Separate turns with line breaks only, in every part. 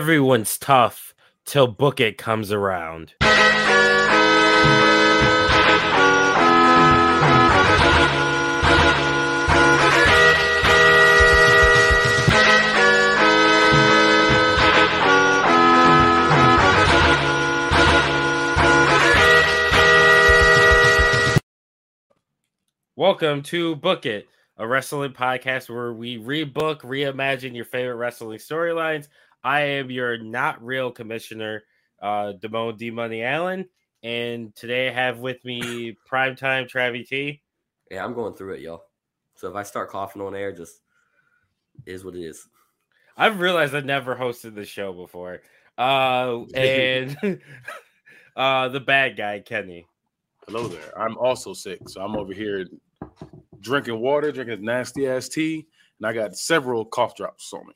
everyone's tough till Book It comes around. Welcome to Book It, a wrestling podcast where we rebook, reimagine your favorite wrestling storylines. I am your not real commissioner, uh, Damone D Money Allen, and today I have with me primetime Travie T.
Yeah, I'm going through it, y'all. So if I start coughing on air, just is what it is.
I've realized I never hosted the show before, uh, and uh, the bad guy Kenny.
Hello there. I'm also sick, so I'm over here drinking water, drinking nasty ass tea, and I got several cough drops on me.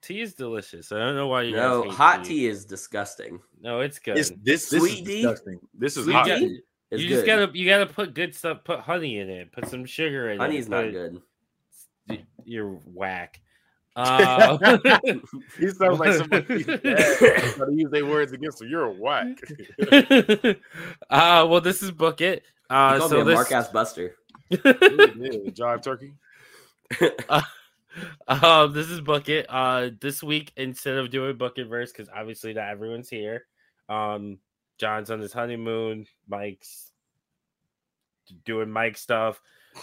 Tea is delicious. I don't know why you
No,
guys hate
hot tea is disgusting.
No, it's good.
It's, this this
Sweet
is
D?
disgusting. This is
Sweet
hot.
D?
tea.
It's
you
good.
just gotta you gotta put good stuff. Put honey in it. Put some sugar in
Honey's
it.
not
put-
good.
y- You're whack. Uh,
He sounds like somebody trying to use their words against him. You're a whack.
uh, well, this is book it.
You
Uh,
called
so
me a
this,
Mark ass Buster.
yeah, jive turkey.
um, this is Bucket. Uh, this week instead of doing Bucket verse, because obviously not everyone's here. Um, John's on his honeymoon. Mike's doing Mike stuff.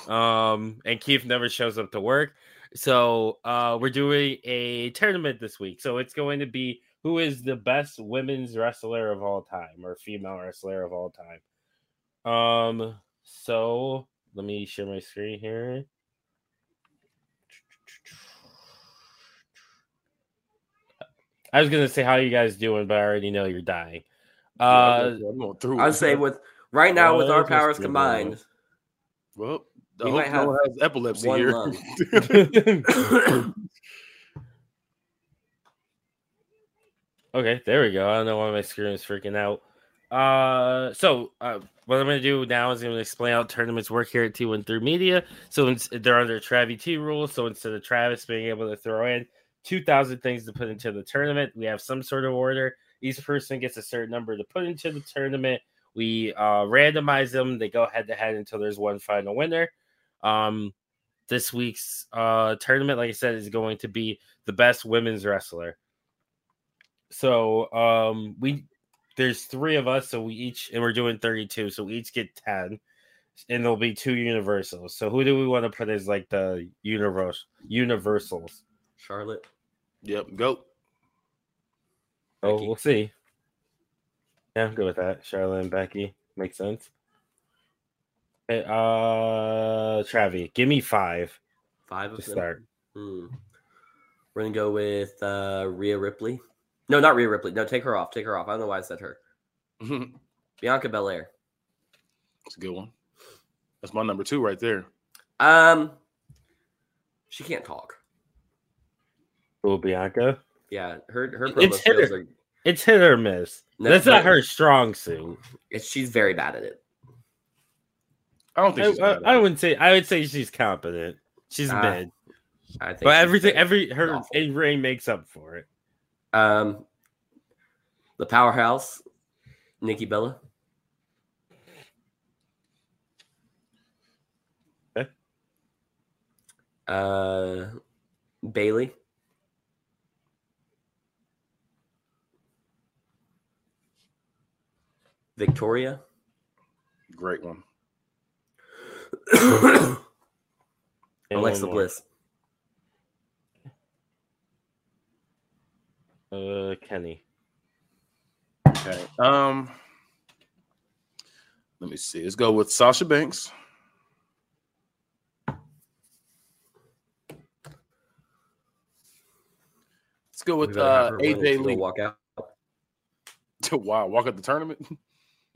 Um, and Keith never shows up to work. So uh, we're doing a tournament this week. So it's going to be who is the best women's wrestler of all time or female wrestler of all time. Um, so let me share my screen here. I was gonna say how you guys doing, but I already know you're dying. Uh,
I'm going through.
I'd
it.
say with right now with
Well,
our
that's
powers
good,
combined,
well, I
we
hope
might
no
have
one has epilepsy
one
here.
lung.
Okay, there we go. I don't know why my screen is freaking out. Uh, so uh, what I'm gonna do now is I'm gonna explain how tournaments work here at T13 Media. So it's, they're under Travi T rules. So instead of Travis being able to throw in 2,000 things to put into the tournament, we have some sort of order. Each person gets a certain number to put into the tournament. We uh, randomize them. They go head to head until there's one final winner. Um, this week's uh, tournament, like I said, is going to be the best women's wrestler. So um we there's three of us, so we each and we're doing 32, so we each get 10. And there'll be two universals. So who do we want to put as like the universe universals?
Charlotte.
Yep, go.
Oh,
Becky.
we'll see. Yeah, I'm good with that. Charlotte and Becky. Makes sense. Okay, uh Travi, give me five
Five
to
of them.
start.
Hmm. We're gonna go with uh Rhea Ripley. No, not Rhea Ripley. No, take her off. Take her off. I don't know why I said her.
It's
Bianca Belair.
a good one. That's my number two right there.
Um, she can't talk.
Oh, Bianca.
Yeah, her her
It's
promo
hit her.
skills are.
It's hit or miss.
No,
That's not
but-
her strong suit.
It's, she's very bad at it.
I don't think
I,
she's bad at
I, I
it.
wouldn't say I would say she's competent. She's
Ah,
mid.
I think.
But
she's
everything,
very-
every her
awful.
in ring makes up for it.
um, the powerhouse, Nikki Bella.
Okay.
Uh, Bailey. Victoria.
Great one.
And one
Alexa
more.
Bliss.
uh, Kenny.
Okay. Um, let me see. Let's go with Sasha Banks. Let's go with
We better have
uh,
her win if she
AJ
don't
Lee.
Walk out.
wow, walk at the tournament.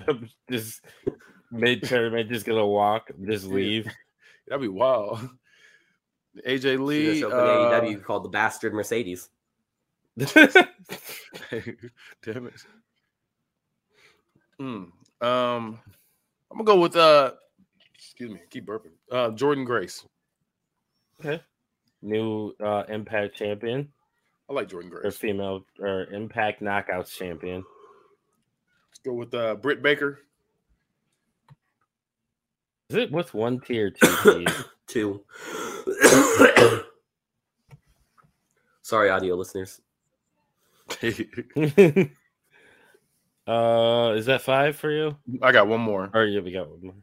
just mid tournament, just gonna walk, just leave.
That'd be wild. AJ
She
Lee.
just
Uh,
opened AEW E called the Bastard Mercedes.
E damn it. Mm, um, I'm gonna go with uh. Excuse me. Keep burping. Uh, Jordan Grace.
New uh, Impact champion.
I like Jordan
or
Graves.
female or Impact Knockouts champion.
Let's go with uh, Britt Baker.
Is it with one T or two T's?
Two. Sorry, audio listeners.
uh, is that five for you?
I got one more.
Or yeah, we got one more.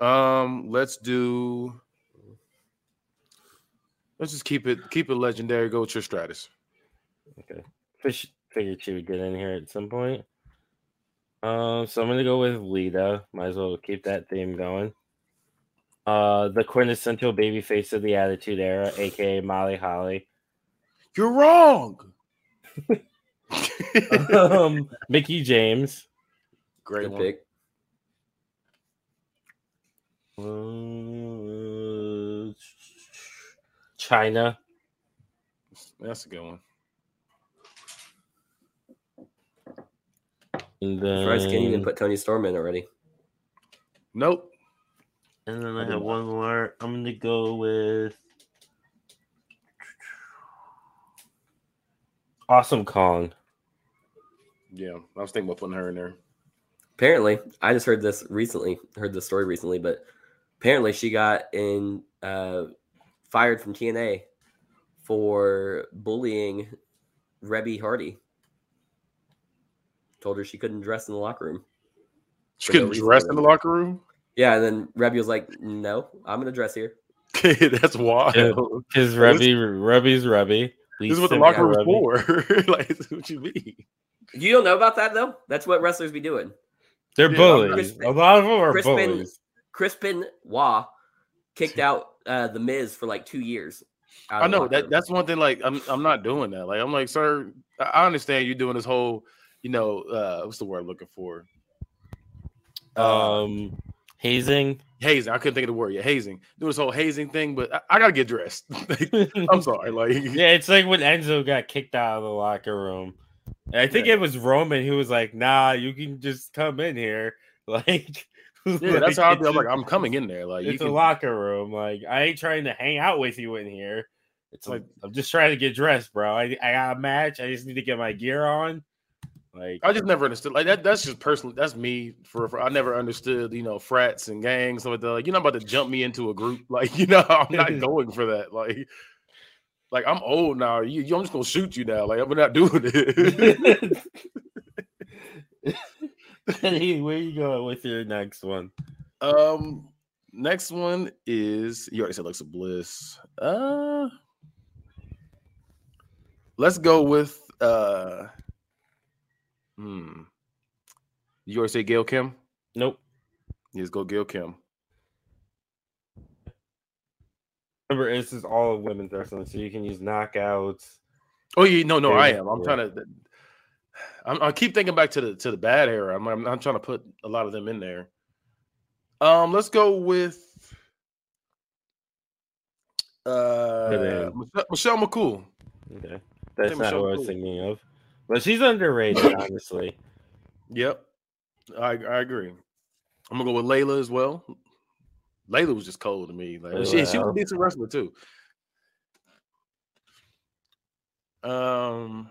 Um, let's do. Let's just keep it keep it legendary. Go with Trish Stratus.
Fish figured she would get in here at some point. Um, so I'm gonna go with Lita. Might as well keep that theme going. Uh, the quintessential baby face of the Attitude Era, aka Molly Holly.
You're wrong.
Um, Mickey James.
Great
Good
one.
pick.
Uh, China.
That's a good one.
And
Surprised Kenny
then-
didn't put Tony Storm in already.
Nope.
And then
I
I
did
have
not.
one more. I'm gonna go with Awesome Kong.
Yeah, I was thinking about putting her in there.
Apparently, I just heard this recently. Heard this story recently, but apparently she got in uh, fired from TNA for bullying Rebby Hardy. Told her she couldn't dress in the locker room.
She
For no
couldn't
reason
dress
other
in the
than-
locker room.
Yeah, and then Rebby was like, "No, I'm gonna dress here."
That's wild.
Yeah. His Rebby, Rebby's Rebby.
This is what the locker room's for. like, this is what you mean?
You don't know about that though. That's what wrestlers be doing.
They're
Yeah,
bullies.
Crispin-
A lot of them are
Crispin
bullies.
Crispin Wah kicked out uh, the Miz for like two years. out
I
of the
know
locker
that
room.
that's one thing. Like, I'm I'm not doing that. Like, I'm like, sir, I- I understand you doing this whole, you know, uh, what's the word I'm looking for?
Um, hazing.
hazing. I couldn't think of the word. Yeah, hazing. Doing this whole hazing thing, but I, I gotta get dressed. Like, I'm sorry. Like,
Yeah, it's like when Enzo got kicked out of the locker room. And I think
Yeah.
it was Roman who was like, "Nah, you can just come in here." Like,
yeah, that's how I be.
it's
I'm like,
just-
I'm coming in there. Like, you
it's a
can-
locker room. Like I ain't trying to hang out with you in here. It's like
Like-
I'm just trying to get dressed, bro. I, I got a match. I just need to get my gear on. Like
I just never understood. Like that. That's just personal. That's me. For, for I never understood. You know, frats and gangs. So they're like, you're not about to jump me into a group. Like, you know, I'm not going for that. Like, like I'm old now. You, you- I'm just gonna shoot you now. Like, I'm not doing it.
Hey, where you going with your next one?
um, next one is you already said Alexa Bliss. Uh, let's go with uh, hmm. You already say Gail Kim.
Nope.
Let's go Gail Kim.
Remember, this is all women's wrestling, so you can use knockouts.
Oh yeah, no, no,
Yeah,
I
yeah,
am. I'm
yeah.
trying to. I'm, I keep thinking back to the to the bad era. I'm, I'm I'm trying to put a lot of them in there. Um, let's go with uh
name.
Mich- Michelle McCool.
Okay, that's not
Michelle
what I was
Cool.
thinking of, but she's underrated, honestly.
Yep, I I agree. I'm gonna go with Layla as well. Layla was just cold to me. Like she, she was
Wow.
a decent wrestler too. Um,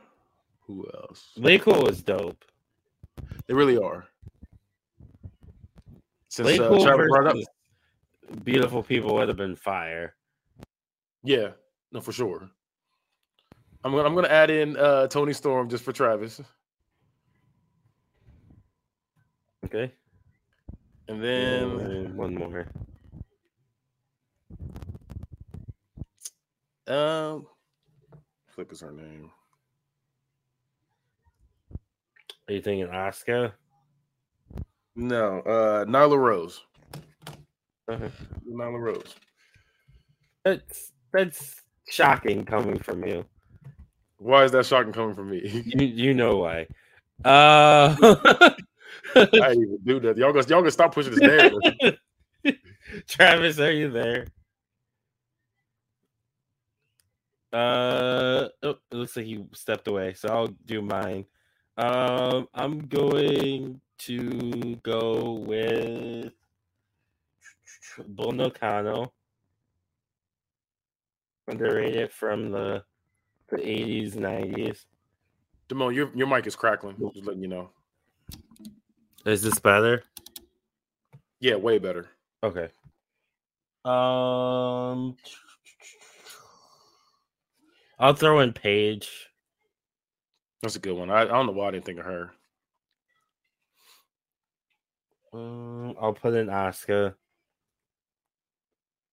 who else?
Lee Cool is dope.
They really are. Since
Lee
uh,
Cool
Trevor brought up,
versus beautiful people would have been fire.
yeah, no, for sure. I'm gonna I'm gonna add in uh, Tony Storm just for Travis,
Okay.
and then
And one more.
um, flip is her name.
Are you thinking Oscar?
No, uh, Nyla Rose.
Okay.
Nyla Rose.
That's that's shocking coming from you.
Why is that shocking coming from me?
You you know why. Uh
I didn't even do that. Y'all gonna y'all gonna stop pushing this narrative.
Travis, are you there? Uh oh, it looks like he stepped away, so I'll do mine. Um I'm going to go with Bull Nakano. Underrated from the the 80s, 90s.
Damone, your your mic is crackling. Just letting you know.
Is this better?
Yeah, way better.
Okay. Um, I'll throw in Paige.
That's a good one. I, I don't know why I didn't think of her.
Um, I'll put in Oscar.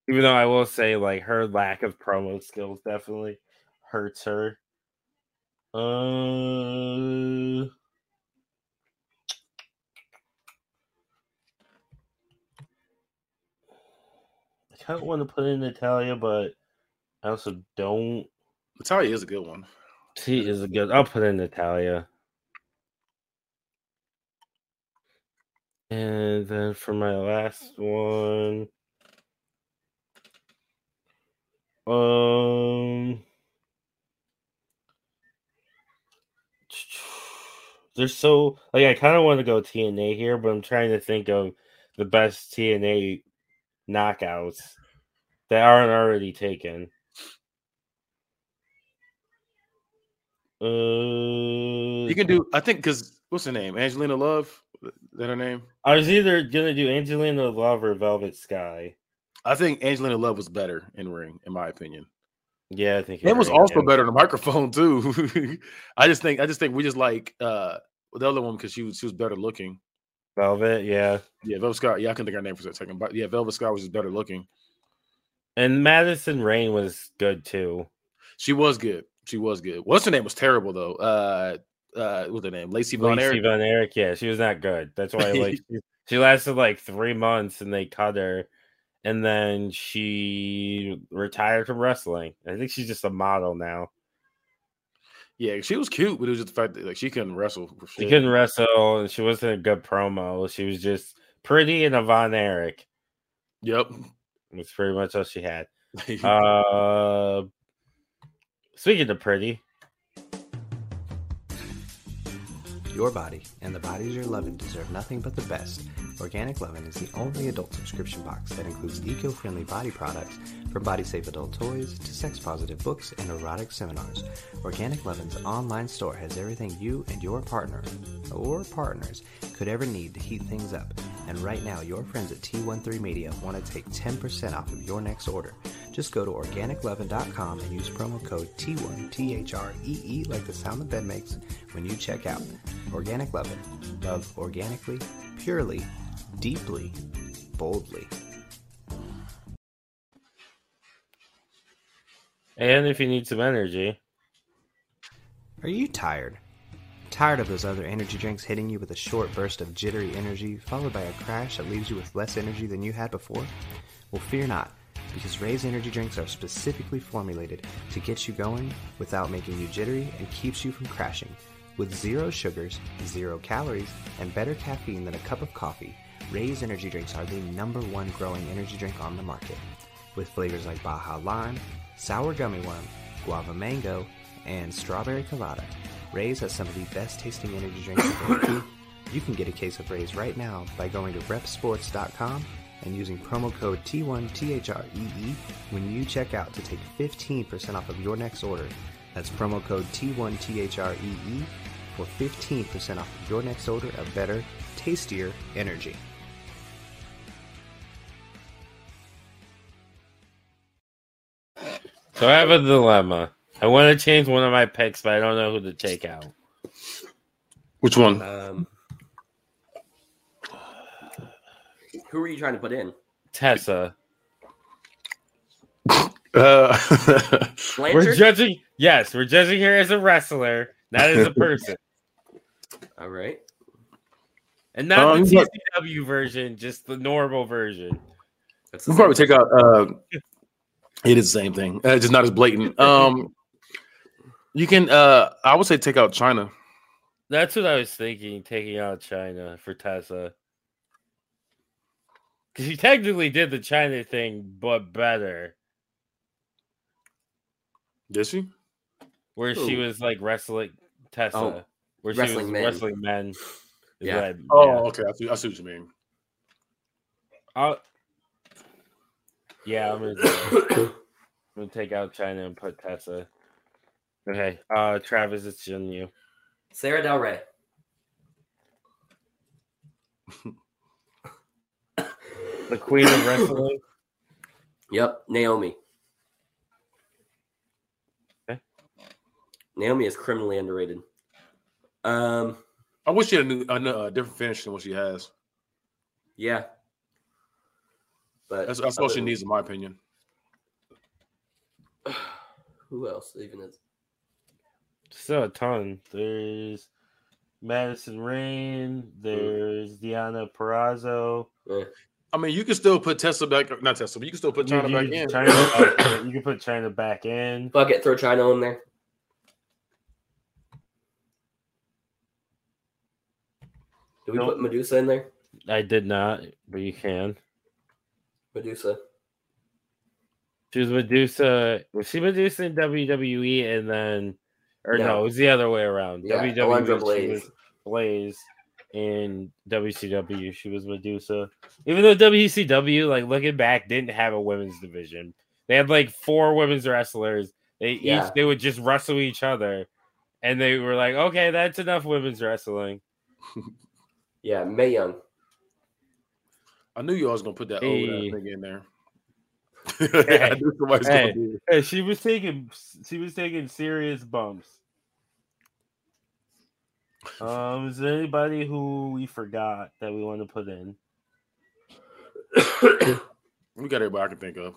Even though I will say, like, her lack of promo skills definitely hurts her. Uh, I kind of want to put in Natalia, but I also don't.
Natalia is a good one.
She is a good. I'll put in Natalia. And then for my last one, um, they're so like I kind of want to go TNA here, but I'm trying to think of the best TNA knockouts that aren't already taken. Uh,
You can do. I think because what's her name? Angelina Love. Is that her name?
I was either gonna do Angelina Love or Velvet Sky.
I think Angelina Love was better in ring, in my opinion.
Yeah, I think
It was
right,
also
yeah.
better on the microphone too. I just think I just think we just like uh the other one because she was she was better looking.
Velvet, yeah.
Yeah, Velvet Scott. Yeah, I can think of her name for a second, but yeah, Velvet Scott was just better looking.
And Madison Rain was good too.
She was good. She was good. What's her name was terrible though. Uh, uh, what's her name? Lacey Von
Lacey
Eric.
Von Erich, yeah, she was not good. That's why like she, she lasted like three months and they cut her, and then she retired from wrestling. I think she's just a model now.
Yeah, she was cute, but it was just the fact that like she couldn't wrestle. for
She
shit.
couldn't wrestle, and she wasn't a good promo. She was just pretty and a Von Erich.
Yep.
That's pretty much all she had. Uh, speaking of pretty,
Your body and the bodies you're loving deserve nothing but the best. Organic Lovin' is the only adult subscription box that includes eco-friendly body products from body-safe adult toys to sex-positive books and erotic seminars. Organic Lovin's online store has everything you and your partner or partners could ever need to heat things up. And right now, your friends at T13 Media want to take 10% off of your next order. Just go to organicleaven.com and use promo code T1 T H R E E like the sound the bed makes when you check out. Organic Leaven. Love organically, purely, deeply, boldly.
and if you need some energy,
Are you tired? Tired of those other energy drinks hitting you with a short burst of jittery energy, followed by a crash that leaves you with less energy than you had before? Well, fear not, because Ray's energy drinks are specifically formulated to get you going without making you jittery and keeps you from crashing. With zero sugars, zero calories, and better caffeine than a cup of coffee, Ray's energy drinks are the number one growing energy drink on the market. With flavors like Baja Lime, Sour Gummy Worm, Guava Mango, and Strawberry Colada, Ray's has some of the best tasting energy drinks available. You can get a case of Ray's right now by going to repsports.com and using promo code T1THREE E when you check out to take 15% off of your next order. That's promo code T1THREE E for 15% off of your next order of better, tastier energy.
So I have a dilemma. I want to change one of my picks, but I don't know who to take out.
Which one?
Um, who were you trying to put in?
Tessa.
Uh,
We're
Blanchard.
judging. Yes, we're judging her as a wrestler, not as a person,
All right.
and not
Um,
the
but-
TCW version, just the normal version.
That's the
We'll probably
same
take out. Uh, it is the same thing, uh, just not as blatant. Um, you can. Uh, I would say take out China.
That's what I was thinking, taking out China for Tessa, because she technically did the China thing, but better,
Did she?
where she
Who?
was like wrestling Tessa,
Oh,
where she was
wrestling men.
wrestling men. Is
Yeah.
what I-
Oh,
yeah.
okay. I see, I see what you mean.
i yeah, I'm gonna, do it. I'm
one.
gonna take out China and put Tessa. Okay. Uh, Travis, it's on you.
Sarah Del Rey.
The queen of wrestling.
Yep, Naomi.
Okay.
Naomi is criminally underrated. Um,
I wish she had a, new, a, new- a different finish than what she has.
yeah. But
That's, that's what she
other-
needs, in my opinion.
Who else even is?
Still a ton. There's Madison Rain. There's Diana Perrazzo.
Eh.
I mean, you can still put Tesla back, not Tesla, but you can still put China
you,
back
you-
in.
China- uh, you can put China back in.
Fuck it, throw China in there. Do we
Nope.
put Medusa in there?
I did not, but you can.
Medusa.
She was Medusa. Was she Medusa in WWE and then, or no,
No.
it was the other way around.
Yeah,
WWE.
Alundra
she
Blaze.
was Blaze. In WCW, she was Medusa. Even though WCW, like looking back, didn't have a women's division. They had like four women's wrestlers. They
Yeah.
each they would just wrestle each other, and they were like, "Okay, that's enough women's wrestling."
Yeah, May Young.
I knew you always gonna put that old ass
Hey.
nigga in there. I
Hey.
knew somebody's
Hey.
gonna do it.
Yeah, she was taking she was taking serious bumps. Um, is there anybody who we forgot that we want to put in?
We got everybody I can think of.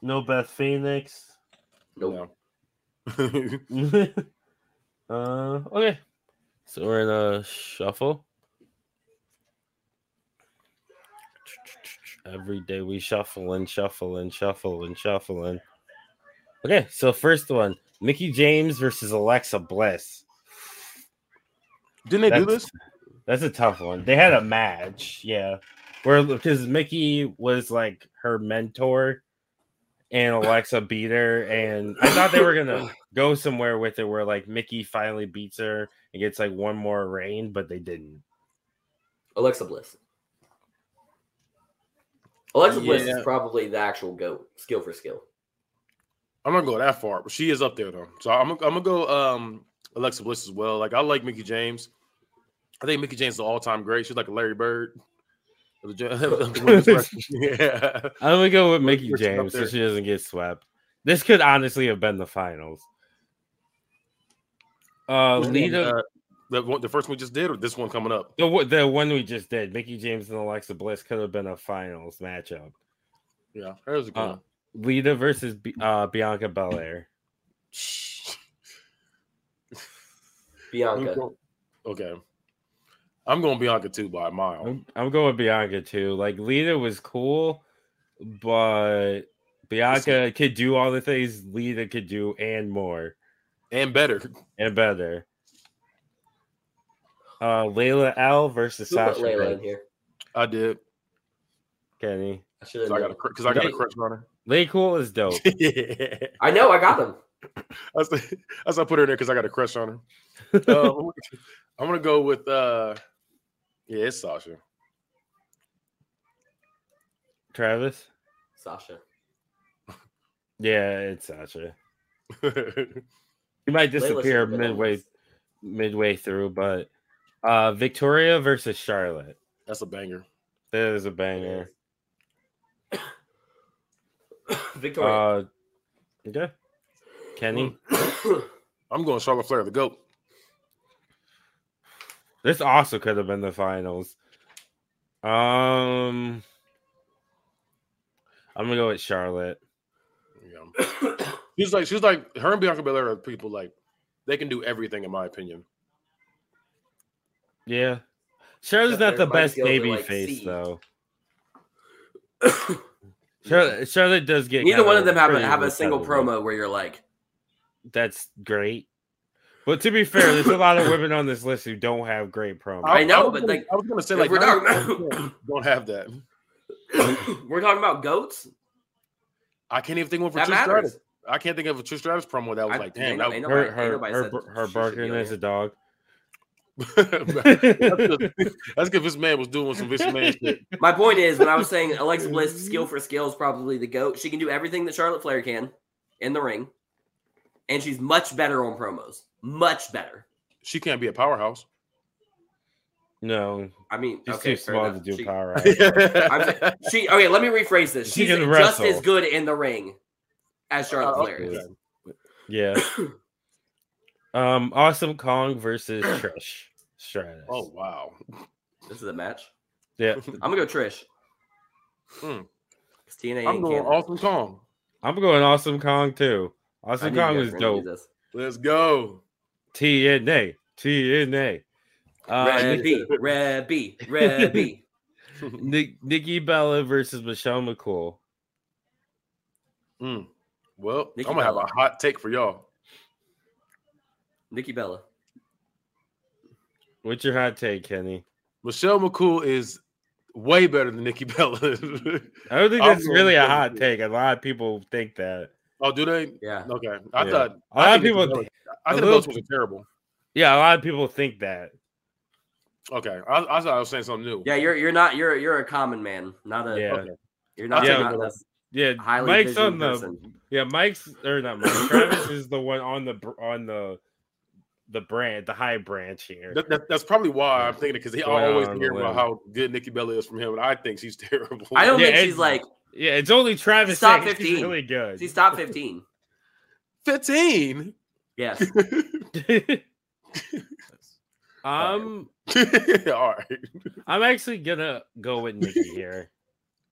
No Beth Phoenix.
Nope.
No.
uh okay. So we're in a shuffle. Every day we shuffle and shuffle and shuffle and shuffle and okay. So first one, Mickey James versus Alexa Bliss.
Didn't they do
That's-
this?
That's a tough one. They had a match, yeah, where because Mickey was like her mentor, and Alexa beat her, and I thought they were gonna go somewhere with it, where like Mickey finally beats her and gets like one more reign, but they didn't.
Alexa Bliss. Alexa Bliss is
Yeah.
probably the actual goat, skill for skill.
I'm not gonna go that far, but she is up there though. So I'm, I'm gonna go um Alexa Bliss as well. Like I like Mickey James. I think Mickey James is an all-time great. She's like a Larry Bird. of the gen- of the women's wrestling. yeah.
I'm gonna go with Mickey
Christian up
James so
there.
she doesn't get swept. This could honestly have been the finals. Uh,
Who's the one,
Lita,
uh, the, one- the first one we just did, or this one coming up?
the, one- the one we just did, Mickey James and Alexa Bliss could have been a finals matchup.
Yeah, that was a good
Uh,
one.
Lita versus B- uh, Bianca Belair.
Bianca.
Okay. I'm going Bianca too by a mile.
I'm, I'm going with Bianca too. Like Lita was cool, but Bianca could do all the things Lita could do and more
And better.
and better. Uh, Layla L versus
Who put
Sasha
Layla in
Banks,
here?
I did.
Kenny.
I should have.
Because I got a,
I,
cr- 'cause I got a
They-
crush on her.
Lay Cool is dope.
yeah.
I know I got them.
I said, I said I put her in there because I got a crush on her. Um, I'm going to go with, uh yeah, it's Sasha.
Travis.
Sasha.
Yeah, it's Sasha.
Who
He might
Layla should've
disappear
been on
midway
this.
midway through, but uh Victoria versus Charlotte.
That's a banger.
That is a banger.
Victoria.
Uh, okay. Kenny,
Hmm.
I'm going Charlotte Flair, the GOAT.
this also could have been the finals. Um, I'm gonna go with Charlotte.
Yeah. She's like, she's like, her and Bianca Belair are people like, they can do everything, in my opinion.
Yeah, Charlotte's
Yeah,
not the
everybody
best
feels it
baby
like
face
seed.
though. Charlotte, Charlotte does get
Neither
kinda
one of them have a,
pretty
have a single
repetitive.
promo where you're like,
That's great. But to be fair, there's a lot of women on this list who don't have great
I
promos.
know,
was
but,
gonna-
like,
I was gonna say
if
like
we're
nine
talking-
out of ten don't have that.
we're talking about goats.
I can't even think of one for
That
Trish Stratus.
matters.
I can't think of a Trish Stratus promo that was
I-
like, damn,
ain't-
that
ain't
was,
Her
nobody- ain't
her
nobody
her,
said
bur- her
she should be
barking
on
as
here.
a dog.
that's, just, that's good. This man was doing some Vince man shit.
My point is, when I was saying Alexa Bliss, skill for skill is probably the goat. She can do everything that Charlotte Flair can in the ring. and she's much better on promos. Much better.
She can't be a powerhouse.
No,
I mean,
she's
okay,
too
fair
small to
enough.
do
she,
power. hour.
I'm
I'm
saying- she okay. Let me rephrase this.
She
She's
can
just
wrestle. Uh,
as good in the ring as Charlotte
Oh,
Flair is.
okay. yeah. Um, Awesome Kong versus Trish Stratus.
oh wow.
This is a match.
yeah.
I'm gonna go Trish.
Hmm.
'Cause TNA
I'm
ain't
going
Canada.
Awesome Kong.
I'm going Awesome Kong too.
I
Awesome
knew you
Kong
guys
was
were gonna do
dope.
this.
Let's go.
TNA. TNA. Uh,
Red
Nick-
B, Red B, Red B.
Nick, Nikki Bella versus Michelle McCool.
Mm. Well,
Nikki
I'm gonna have
Bella.
a hot take for y'all.
Nikki Bella.
What's your hot take, Kenny?
Michelle McCool is way better than Nikki
I
Bella.
don't think
I'm
that's
going
really a
Michelle
hot
McCool.
take. A lot of people think that.
oh, do they?
Yeah.
Okay. I
Yeah.
thought
A lot of
think
people.
Nikki Bella- I
a
think
little-
those was terrible.
Yeah, a lot of people think that.
Okay. I, I thought I was saying something new.
Yeah, you're you're not you're you're a common man, not a
Yeah.
you're not,
Yeah,
not
but-
this
Yeah,
Uh, highly
Mike's
visioned
on the
person.
yeah Mike's or not Mike. Travis is the one on the br- on the the branch the high branch here.
That, that- that's probably why I'm thinking because he
Going
always
out on a
hear about
limb.
how good Nikki Bella is from him, and I think she's terrible.
I don't
Yeah,
think
and-
she's like
yeah, it's only Travis.
She's top
saying she's
15.
really good.
she's top fifteen.
15.
Yes.
um,
All right.
I'm actually gonna go with Nikki here.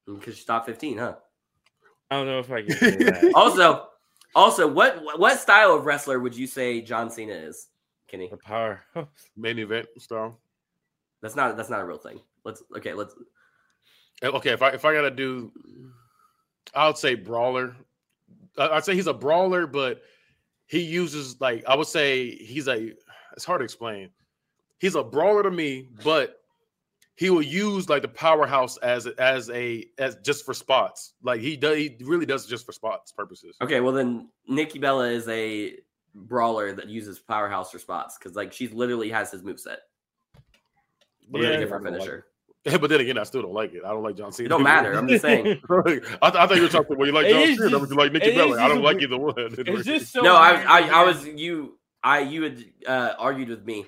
Because she's top fifteen, huh?
I don't know if I can say that.
Also, also, what what style of wrestler would you say John Cena is, Kenny?
The power.
Main event style.
That's not that's not a real thing. Let's okay, let's
Eh, Okay, if I if I gotta do, I would say brawler. I- I'd say he's a brawler, but he uses like I would say he's a. It's hard to explain. He's a brawler to me, but he will use like the powerhouse as as a as just for spots. Like he does, he really does it just for spots purposes.
okay, well then Nikki Bella is a brawler that uses powerhouse for spots because like she literally has his moveset.
But
Yeah.
Literally
then again,
different
I don't like
finisher.
it. but then again, I still don't like it. I don't like John Cena.
It don't matter. I'm just saying.
I, th- I thought you were talking. Well, you like
It
John
is
Cena,
just-
but you like Nikki
it is
Bella. I
just
don't
a
like
br-
either one.
it's just so
No, I,
weird
I I
because-
was you I you had uh, argued with me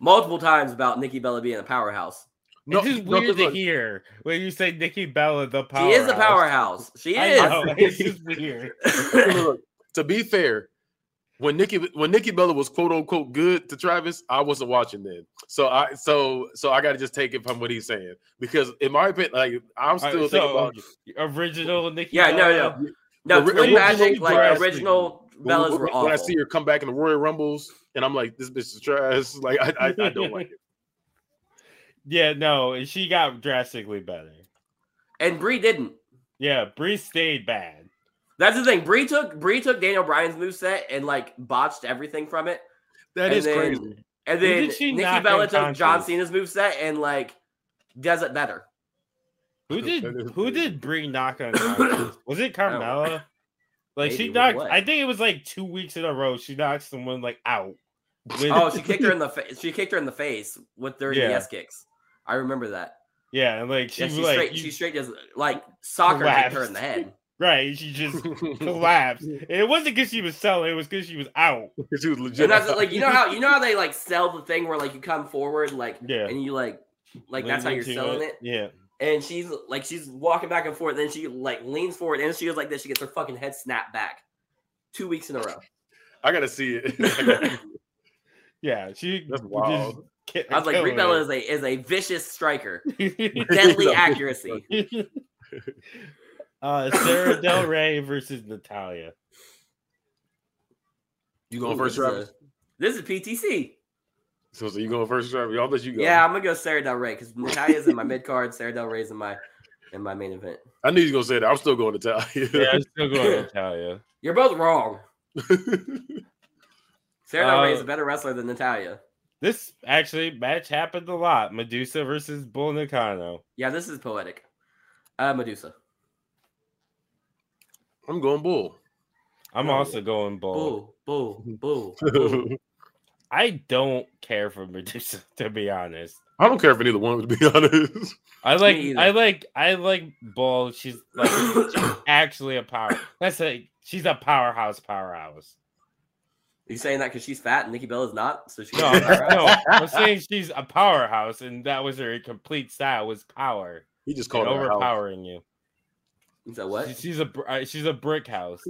multiple times about Nikki Bella being a powerhouse.
it's just
no,
weird to
look,
hear when you say Nikki Bella the power.
She is a powerhouse. She
I know, it's
is.
just weird.
look, look, to be fair, when Nikki when Nikki Bella was quote unquote good to Travis, I wasn't watching then. So I so so I got to just take it from what he's saying because in my opinion, like
All right,
I'm still thinking
so-
about
Original Nikki.
Yeah, no,
Bella.
No,
Ori-
Twin
original
Magic, like
wrestling.
original
when-
Bellas
when,
were
when I
awful.
see her come back in the Royal Rumbles, and I'm like, this bitch is trash. Like I I, I don't like it.
Yeah, no, she got drastically better.
And Brie didn't.
Yeah, Bree stayed bad.
That's the thing. Brie took Brie took Daniel Bryan's moveset and like botched everything from it.
That
And
is
then-
crazy.
And
Who
then
did she
Nikki
knock
Bella took John
unconscious?
Cena's moveset and like does it better.
Who did
That is
who
crazy.
did Bree knock on? Ronda? was it Carmella? Like
Maybe,
she
with
knocked.
what?
I think it was like two weeks in a row. She knocked someone like out. With-
Oh, she kicked her in the face. She kicked her in the face with their
Yeah.
DS kicks. I remember that.
yeah, and like she
yeah,
was
she
like
straight.
you-
She straight just like soccer kicked her in the head.
right. She just collapsed. And it wasn't because she was selling. It was because she was out.
she was legit.
And that's like you know how you know how they like sell the thing where like you come forward like
Yeah.
and you like like that's how
Lean
you're
into
selling it.
Yeah,
and she's like she's walking back and forth. Then she like leans forward, and she goes like this. She gets her fucking head snapped back, two weeks in a row.
I gotta see it. I gotta see it.
yeah. She
That's
just
wild.
ki-
I was like,
killing
Brie Bella
it.
is a is a vicious striker, deadly accuracy.
uh, Sarah Del Rey versus Natalia.
You going
Ooh,
first,
this is
Travis?
a- This is PTC.
So, so you going first, Travis? Y'all let you go.
Yeah, I'm gonna go Sarah Del Rey because Natalia's in my mid card. Sarah Del Rey's in my in my main event.
I knew you were gonna say that. I'm still going to tell you.
Yeah, I'm still going Natalia.
You're both wrong. Sarah Del Rey is
Uh,
a better wrestler than Natalia.
This actually match happened a lot. Medusa versus Bull Nakano.
Yeah, this is poetic. Uh, Medusa.
I'm going bull.
I'm
Oh.
also going Bull.
Oh.
Boo, boo, boo. boo.
I don't care for Medusa to be honest.
I don't care for neither one, to be honest.
I like
either.
I like I like Bull. She's like actually a power. That's like she's a powerhouse powerhouse.
you saying that because she's fat and Nikki Bella's not? So she
No, I'm- no, I'm saying she's a powerhouse, and that was her complete style was power,
He just
and
called her out.
overpowering you.
Is that what?
She- she's a br- uh, she's a brick house.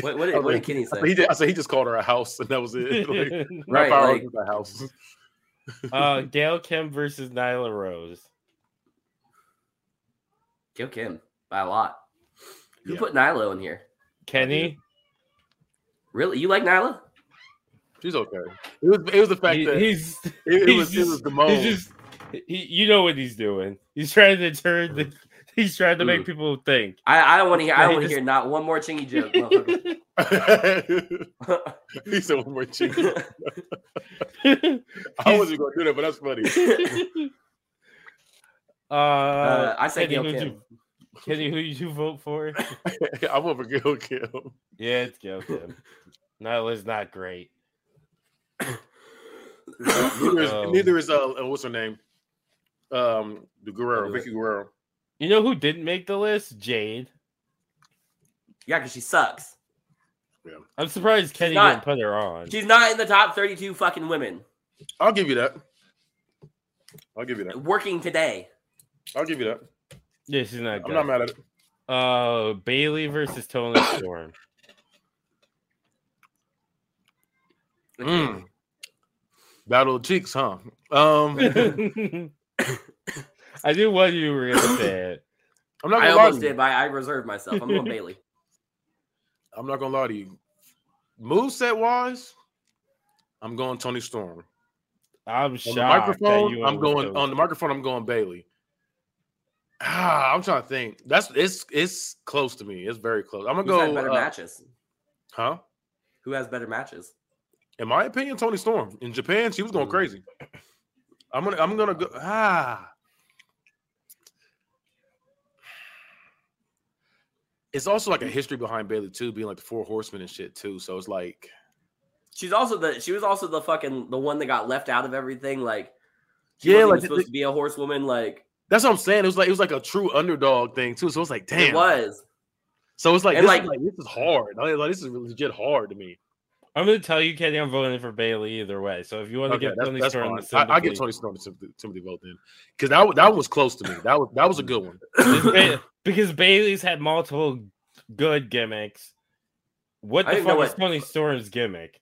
What, what, did, what did Kenny
I
say?
said, he did, I said he just called her a house, and that was it. Like,
Right,
right, power
like-
a house.
uh, Gail Kim versus Nyla Rose.
Kill Kim by a lot. Who
Yeah.
put Nyla in here?
Kenny,
Really? You like Nyla?
She's okay. It was it was the fact
he-
that
he's
it, it
he's
was it
just-
was
he's
Damone.
just he, you know what he's doing. He's trying to turn the, he's trying to make
Mm.
people think.
I, I don't want to hear. I
Yeah,
don't
he
want to
just-
hear not one more chingy joke. motherfucker.
he said one more cheek.
Uh,
I wasn't gonna do that, but that's funny.
uh,
Uh, I say Gail
who'd
Kim.
you- Kenny, who did you vote for?
I'm over Gil Kim.
yeah, it's Gail Kim. Nyla's not great.
Neither is,
Um,
neither is uh uh, what's her name? Um the Guerrero,
Who is
Vicky Guerrero.
You know who didn't make the list? Jade.
yeah, because she sucks.
I'm surprised Kenny
not-
didn't put her on.
She's not in the top 32 fucking women
I'll give you that. I'll give you that.
working today.
I'll give you that.
Yeah, she's not
I'm
good.
not mad at it.
Uh, Bailey versus Tony Storm.
Mm. Battle of cheeks, huh? Um
I knew what you were gonna say. It.
I'm not
I
gonna lie to
almost
you.
did, but I reserved myself. I'm on Bailey.
I'm not gonna lie to you. Moveset wise, I'm going Tony Storm.
I'm
On
shocked.
the
that
microphone,
you
I'm
went with
going
those.
on the microphone. I'm going Bailey. Ah, I'm trying to think. That's it's it's close to me. It's very close. I'm gonna
Who's had
go.
better
uh,
matches?
huh?
Who has better matches?
In my opinion, Tony Storm in Japan, she was going
Mm.
crazy. I'm gonna I'm gonna go. Ah, it's also like a history behind Bailey too, being like the Four Horsemen and shit too. So it's like
She's also the she was also the fucking the one that got left out of everything. Like she
Yeah,
wasn't
like,
even supposed to be a horsewoman. Like
that's what I'm saying. It was like it was like a true underdog thing too. So it's like damn.
it was.
So it's like
And
this, is
like-
like this is hard. Like, like, this is legit hard to me.
I'm gonna tell you, Kenny, I'm voting for Bailey either way. So if you want to
Okay,
give
that's,
Tony
that's
Storm,
fine.
the
I, I give
sympathy-
Tony Storm the Timothy, Timothy vote then, because that wa- that was close to me. That was that was a good one.
Because Ba- because Bailey's had multiple good gimmicks. What
I
the
didn't know
fuck is
what- uh,
Tony Storm's gimmick?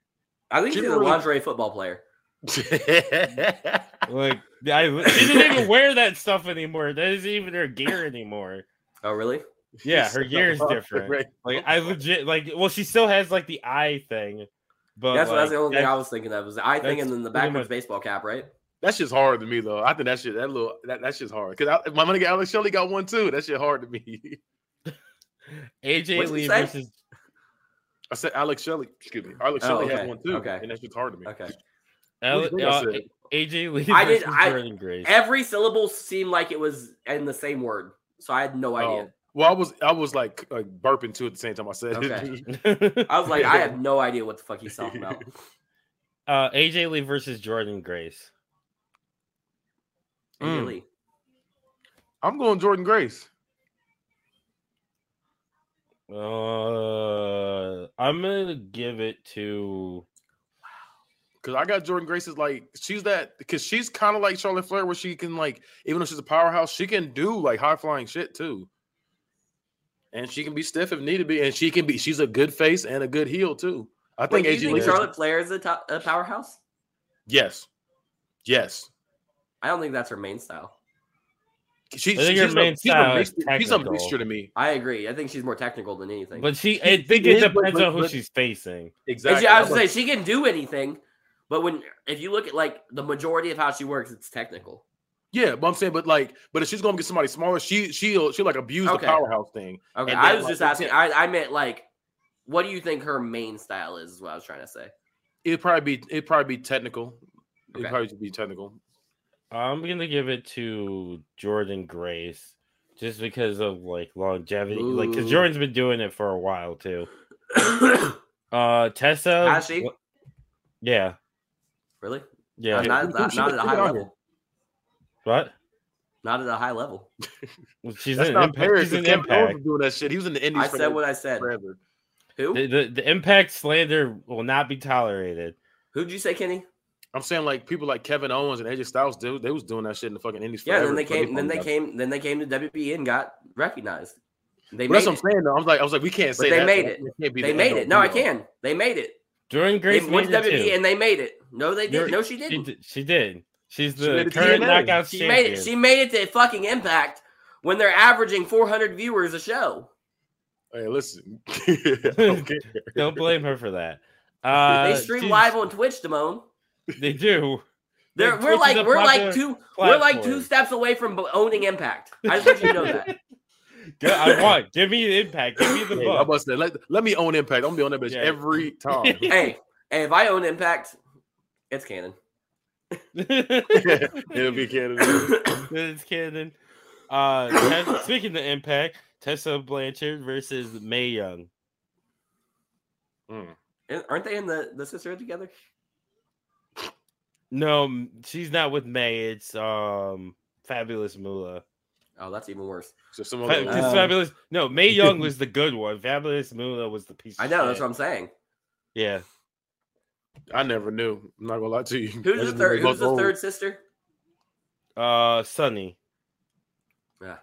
I think she's
She
a
didn't really-
lingerie football player.
Like, I she didn't even wear that stuff anymore. That isn't even her gear anymore.
Oh really?
Yeah, her gear is different.
Right.
Like, I legit like. Well, she still has like the eye thing, but
That's what
like,
that's the only thing I
that's-
was thinking of. Was the eye thing
that's
and then the
pretty
backwards
much-
baseball cap, right?
That's just hard to me though. I think that shit that little that, that's just hard because my money Alex Shelley got one too. That shit hard to me.
AJ
What'd you
Lee
say?
versus
I said Alex Shelley. Excuse me. Alex
Oh,
Shelley
okay,
has one too.
okay.
And that's just hard to me.
Okay.
L-
What do you think I
uh,
said?
AJ Lee
I
versus
did- I-
Jordan Grace.
Every syllable seemed like it was in the same word, so I had no idea.
Oh, well, I was I was like, like burping too at the same time I said it.
Okay. I was like, I have no idea what the fuck he's talking about.
uh, AJ Lee versus Jordan Grace.
Mm.
Really?
I'm going Jordan Grace.
Uh, I'm gonna give it to.
Cause I got Jordan Grace is like she's that because she's kind of like Charlotte Flair where she can like even though she's a powerhouse she can do like high flying shit too, and she can be stiff if need to be, and she can be she's a good face and a good heel too. I
Wait,
think
do you
AJ Lee
think
is-
Charlotte Flair is a, top, a powerhouse?
yes, yes.
I don't think that's her main style.
She,
I think
she's,
her
a,
main
she's,
style
a
is
mixture, she's a
technical.
mixture to me.
I agree. I think she's more technical than anything.
But she, I think
she
it
is, but-
depends
but-
on who
but-
she's facing.
And
Exactly.
she, I was
I'm
gonna
like-
say she can do anything, but when if you look at like the majority of how she works, it's technical.
yeah, but I'm saying, but like, but if she's gonna get somebody smaller, she she'll she'll like abuse
Okay.
the powerhouse thing.
Okay,
And
I
then,
was
like,
just
it's-
asking. I, I meant like, what do you think her main style is? Is what I was trying to say.
It'd probably be it'd probably be technical.
Okay.
It'd probably be technical.
I'm gonna give it to Jordan Grace just because of like longevity. Like, because
Ooh.
Jordan's been doing it for a while too. Uh, Tessa,
Has she?
yeah,
really?
yeah,
Uh, not, not,
She-
not at a
she
high
got her.
level.
what?
Not at a high level.
Well, She's
That's
an
not
impact.
fair.
She's
'cause
an
Kevin Owens
impact.
was doing that shit. He was in the Indies.
I
for
said what I said.
forever.
Who?
The, the, the impact slander will not be tolerated.
Who'd you say, Kenny?
I'm saying like people like Kevin Owens and AJ Styles, dude, they was doing that shit in the fucking Indies.
Yeah, then
forever
they
before
came. Then
found
they
out.
came. Then they came to WB and got recognized. They
But
made
that's what I'm
it.
saying though. I was like, I was like, we can't say
they
that.
made
though.
it.
can't be
They
the
made
end
it. No,
all
I
be all.
can. They made it.
During
They
Grace
went to
Major
WB
E
too.
and they made it. No, they did.
You're-
No, she did.
She, did- she did. She's
She
the
made it to
current
TNA.
knockout
She
champion.
made it. She made it to fucking Impact when they're averaging 400 viewers a show.
Hey, listen. I don't care.
Don't blame her for that. Uh,
they stream
she's-
live on Twitch, Damone.
They do.
They're,
Like,
we're
Twitch is
like
a
we're like
popular
two we're like two
platform.
steps away from bo- owning Impact. I just want you to know that.
Go- I want. Give me an impact. Give me the
Hey, I
book.
must say, let, let me own Impact. I'm gonna be on that bitch
Yeah.
every time.
hey, hey, if I own Impact, it's canon.
It'll be Canada.
it's canon. Uh, Tess- speaking of impact, Tessa Blanchard versus May Young.
Mm.
Aren't they in the the sisterhood together?
No, m- she's not with May. It's um fabulous Moolah.
Oh, that's even worse.
So some
Fa-
other,
it's fabulous. No, May Young was the good one. Fabulous Moolah was the piece. Of
I know. That's
shit.
what I'm saying.
Yeah,
I never knew. I'm not gonna lie to you.
Who's
That's
the third?
both
Who's the
old.
third sister?
uh, Sunny.
Yeah.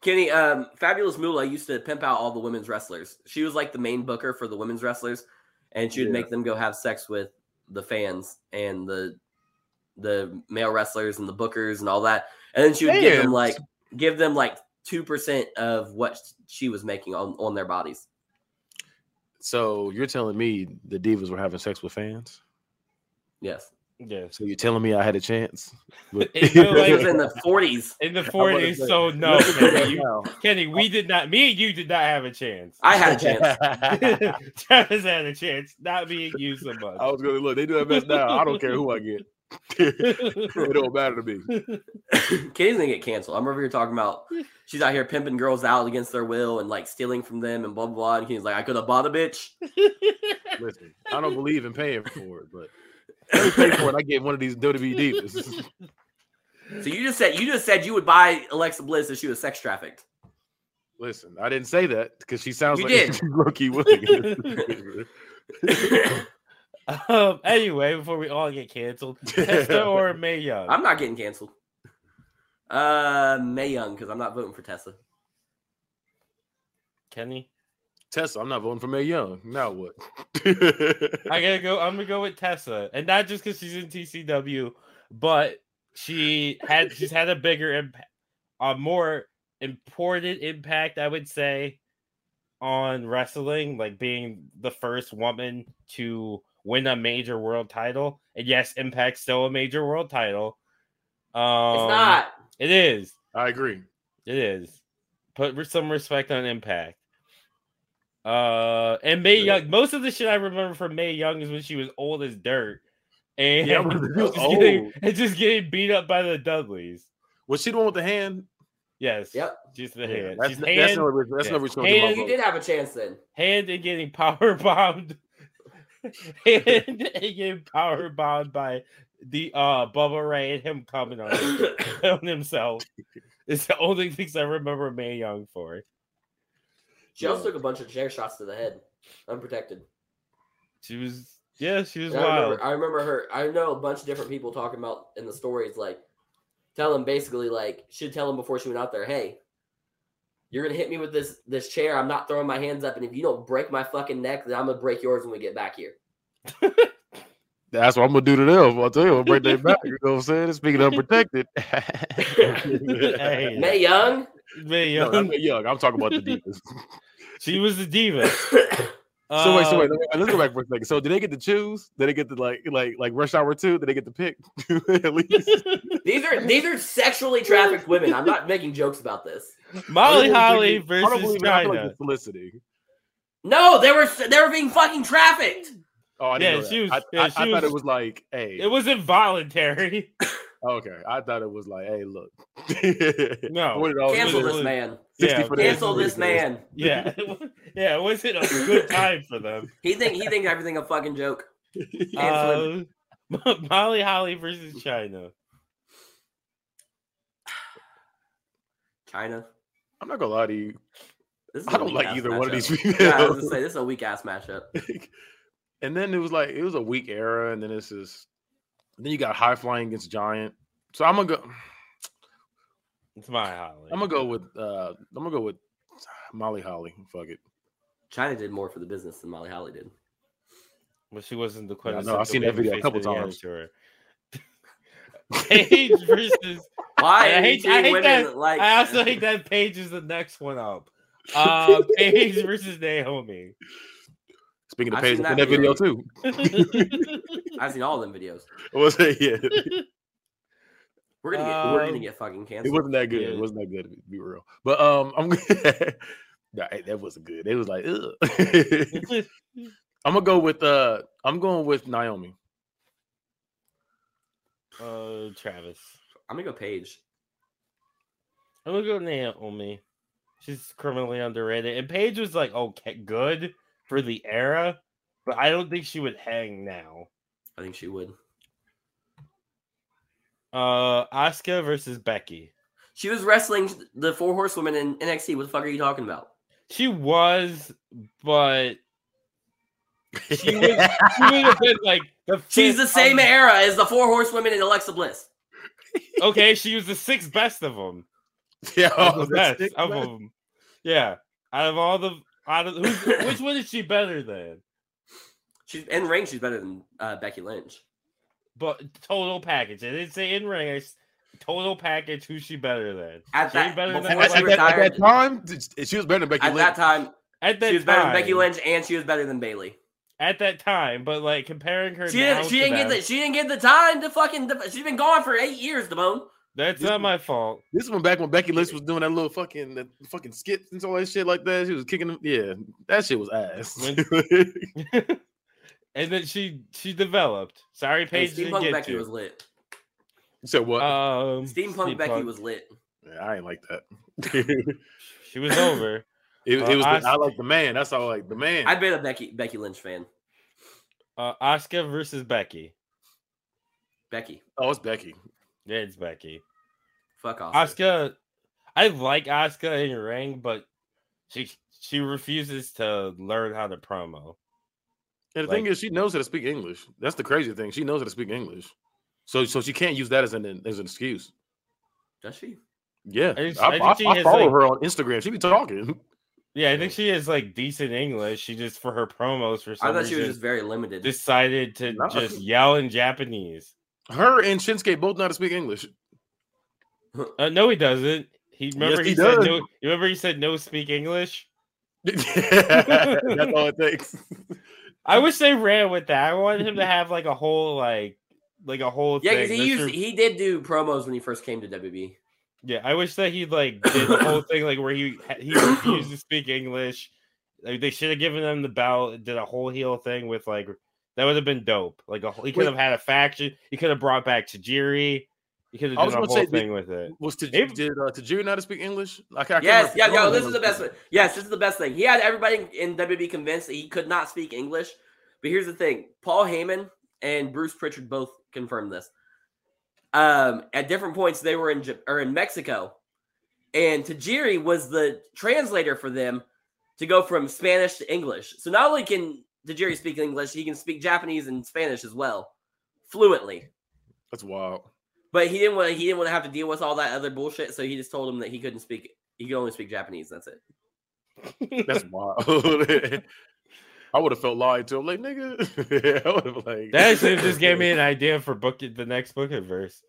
Kenny, um, Fabulous Moolah used to pimp out all the women's wrestlers. She was like the main booker for the women's wrestlers, and she would
Yeah.
make them go have sex with the fans and the the male wrestlers and the bookers and all that. And then she would give them
Fans?
like give them like two percent of what she was making on, on their bodies.
So you're telling me the divas were having sex with fans?
Yes.
Yes.
So you're telling me I had a chance? But-
It felt
She was
like-
in the forties.
In the
I wanna
forties,
say-
so no,
Listen to that
Kenny, you,
now.
Kenny, we did not. Me and you did not have a chance.
I had a chance.
Travis had a chance, not me and you so
I
much.
was gonna look. They do that mess now. I don't care who I get. it don't matter to me.
Kenny's gonna get canceled. I'm over here talking about she's out here pimping girls out against their will and like stealing from them and blah blah blah. And Kenny's like, I could have bought a bitch.
Listen, I don't believe in paying for it, but let me pay for it. I get one of these WWE divas.
So you just said you just said you would buy Alexa Bliss if she was sex trafficked.
Listen, I didn't say that because she sounds
You
like
did.
she's lucky. Willing.
um, anyway, before we all get canceled, Testa or May Young?
I'm not getting canceled. Uh, May Young because I'm not voting for Tessa.
Kenny,
Tessa, I'm not voting for Mae Young. Now what?
I gotta go. I'm gonna go with Tessa, and not just because she's in TCW, but she had she's had a bigger impact, a more important impact, I would say, on wrestling, like being the first woman to win a major world title. And yes, Impact's still a major world title. Um,
it's not.
It is.
I agree.
It is. Put re- some respect on Impact. Uh, and May
Yeah.
Young. Most of the shit I remember from May Young is when she was old as dirt, and
Yeah, when she was
just getting,
old.
and just getting beat up by the Dudleys.
Was she the one with the hand?
Yes.
Yep.
She's the
Yeah,
hand.
that's
She's
that's
hand,
no reason. That's
yeah.
no reason. to give my
Hand-
You
vote.
did have a chance then.
hand and getting power bombed. hand and getting power bombed by the uh Bubba Ray and him coming on, on himself. It's the only things I remember May Young for.
She also took a bunch of chair shots to the head, unprotected.
She was yeah, she was
And I
wild.
remember, I remember her. I know a bunch of different people talking about in the stories, like tell him basically, like she'd tell him before she went out there, "Hey, you're gonna hit me with this this chair. I'm not throwing my hands up, and if you don't break my fucking neck, then I'm gonna break yours when we get back here."
That's what I'm gonna do to them. I'll tell you, I'll break their back. You know what I'm saying? Speaking of unprotected.
Hey,
May Young,
Mae
No,
Young.
not Mae Young. I'm talking about the divas.
she was the diva.
so wait, so
Uh,
wait. Let's, let's go back for a second. So did they get to choose? Did they get to like like like rush hour two? Did they get to pick? At least
these are these are sexually trafficked women. I'm not making jokes about this.
Molly
I don't
Holly
believe it. I don't
versus
believe it. I feel like
China.
it's soliciting.
No, they were they were being fucking trafficked.
Oh, I didn't
Yeah,
know that.
she was-
I,
yeah,
I-
she
I thought
was-
it was like, hey,
It was involuntary.
okay. I thought it was like, hey, look.
No.
What did all
Cancel
this
this
was-
man.
60
Yeah,
for the
Cancel
Disney
this
movies.
man.
Yeah. it wa- yeah, it wasn't a good time for them.
He think he thinks everything a fucking joke. Cancel him.
Uh, Mo- Molly Holly versus China.
China.
I'm not gonna lie to you.
This is
I
a
don't like
weak-ass
either one of
matchup.
these females.
Yeah, I was gonna say this is a weak ass matchup.
and then it was like it was a weak era, and then it's just then you got high flying against giant. So I'm gonna go.
It's my Holly.
I'm gonna go with. uh I'm gonna go with Molly Holly. Fuck it.
China did more for the business than Molly Holly did.
But she wasn't the
I know,
quintessential.
I've seen that video a
babyface
couple
to the
times.
amateur. Paige versus.
Why?
I
are you
hate-
treating
I hate
women
that.
Like,
I also think that Paige is the next one up. Uh, Paige versus Naomi.
Speaking of
I've
Paige,
seen
I
that
that video too.
I've seen all of them videos.
Was it? Yeah,
We're gonna get we're gonna
Um,
get fucking
it
canceled.
wasn't that good. It
Yeah.
wasn't that good. To be real, but um, I'm. nah, that wasn't good. It was like, ugh. I'm gonna go with uh, I'm going with Naomi.
uh, Travis.
I'm gonna go Paige.
I'm gonna go Naomi. She's criminally underrated. And Paige was like, okay, good for the era, but I don't think she would hang now.
I think she would.
Uh, Asuka versus Becky.
She was wrestling the four horsewomen in NXT. What the fuck are you talking about?
She was, but she would, she would have been like the fifth
She's the same
on-
era as the four horsewomen in Alexa Bliss.
Okay, she was the sixth best of them.
Yeah,
Oh,
the best of them. Yeah, out of all the out of who's, which one is she better than?
She's in ring. She's better than uh, Becky Lynch.
But total package. I didn't say in ring. I s- total package. Who's she better than?
At
She
that,
ain't better than
before
Alexa
she
Bliss.
at
retired,
that time, th- she was better than Becky
at
Lynch.
that time,
At that
she was
time,
better than Becky Lynch, and she was better than Bailey.
At that time, but like comparing her.
She
now
didn't. She
to
didn't get
them,
the. She didn't get the time to fucking. She's been gone for eight years, Damone.
That's not my fault.
This is when back when Becky Lynch was doing that little fucking that fucking skits and all that shit like that. She was kicking them. Yeah, that shit was ass.
and then she she developed. Sorry, Paige didn't
Steampunk
get
Becky
you.
was lit.
so what?
um,
Steampunk, Becky was lit.
Yeah, I ain't like that. it,
She was over.
it
Uh,
was.
I
the- I, like the man. That's all. I Like the man.
I've been a Becky Becky Lynch fan.
Uh, Oscar versus Becky.
Becky,
oh, it's Becky.
Yeah, it's Becky.
fuck off.
Asuka, I like Asuka in ring, but she she refuses to learn how to promo.
And the thing
Like-
is, she knows how to speak English. That's the crazy thing. She knows how to speak English. So, so she can't use that as an as an excuse.
Does she?
Yeah,
I just-
I,
I
I-
think she
I
has,
follow
like-
her on Instagram. She be talking.
Yeah, I think she is like decent English. She just for her promos for
I
some
thought she
reason
was just very limited.
decided to
No.
just yell in Japanese.
Her and Shinsuke both know how to speak English.
Uh, no, he doesn't. He remember
he
he, said
does.
no. you Remember he said no speak English.
That's all it takes.
I wish they ran with that. I wanted him to have like a whole like like a whole
yeah,
thing.
because he
This
used
re-
he did do promos when he first came to WB.
Yeah, I wish that he like did the whole thing like where he he refused to speak English. Like, they should have given him the belt. Did a whole heel thing with like that would have been dope. Like a, whole- he could
Wait.
have had a faction. He could have brought back Tajiri. He could
I
have
was
done a
gonna
whole
say,
thing with it.
Was to,
Maybe-
did uh, did Jerry know how to speak English? Like, I can't
Yes, yeah,
remember- I
yo,
don't
this is the
remember.
best. One. Yes, this is the best thing. He had everybody in WB convinced that he could not speak English. But here's the thing: Paul Heyman and Bruce Pritchard both confirmed this. Um, at different points, they were in Ja- or in Mexico, and Tajiri was the translator for them to go from Spanish to English. So not only can Tajiri speak English, he can speak Japanese and Spanish as well, fluently.
That's wild.
But he didn't want he didn't want to have to deal with all that other bullshit. So he just told him that he couldn't speak. He could only speak Japanese. That's it.
That's wild. I would have felt lied to. I'm like, nigga. I would have like
That actually just gave me an idea for booking the next book verse.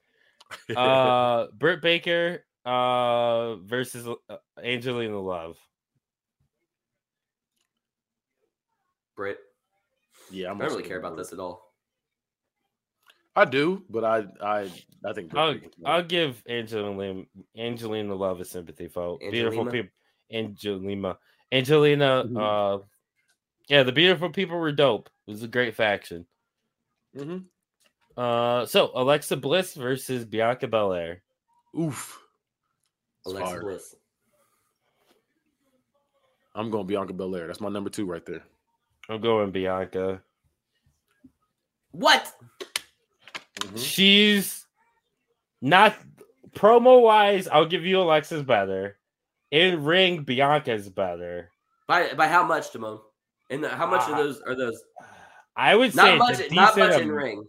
Uh, Britt Baker uh versus uh, Angelina Love.
Britt.
yeah,
I
I'm
don't
also
really care
gonna
about
go.
this at all.
I do, but I I I think
I'll, I'll give Angelina Angelina Love a sympathy vote. Beautiful
Angelina? Mm-hmm.
people, Angelina, Angelina. Uh, yeah, the beautiful people were dope. It was a great faction.
Mhm.
Uh, so Alexa Bliss versus Bianca Belair.
Oof. It's
Alexa
hard.
Bliss.
I'm going Bianca Belair. That's my number two right there.
I'm going Bianca.
What? Mm-hmm.
Mhm.
She's not promo wise. I'll give you Alexa's better. In ring, Bianca's better.
By by how much, Damone? And the, how much
Ah.
of those are those?
I would say
Not
it's a
much. Not
decent
much in
am-
ring.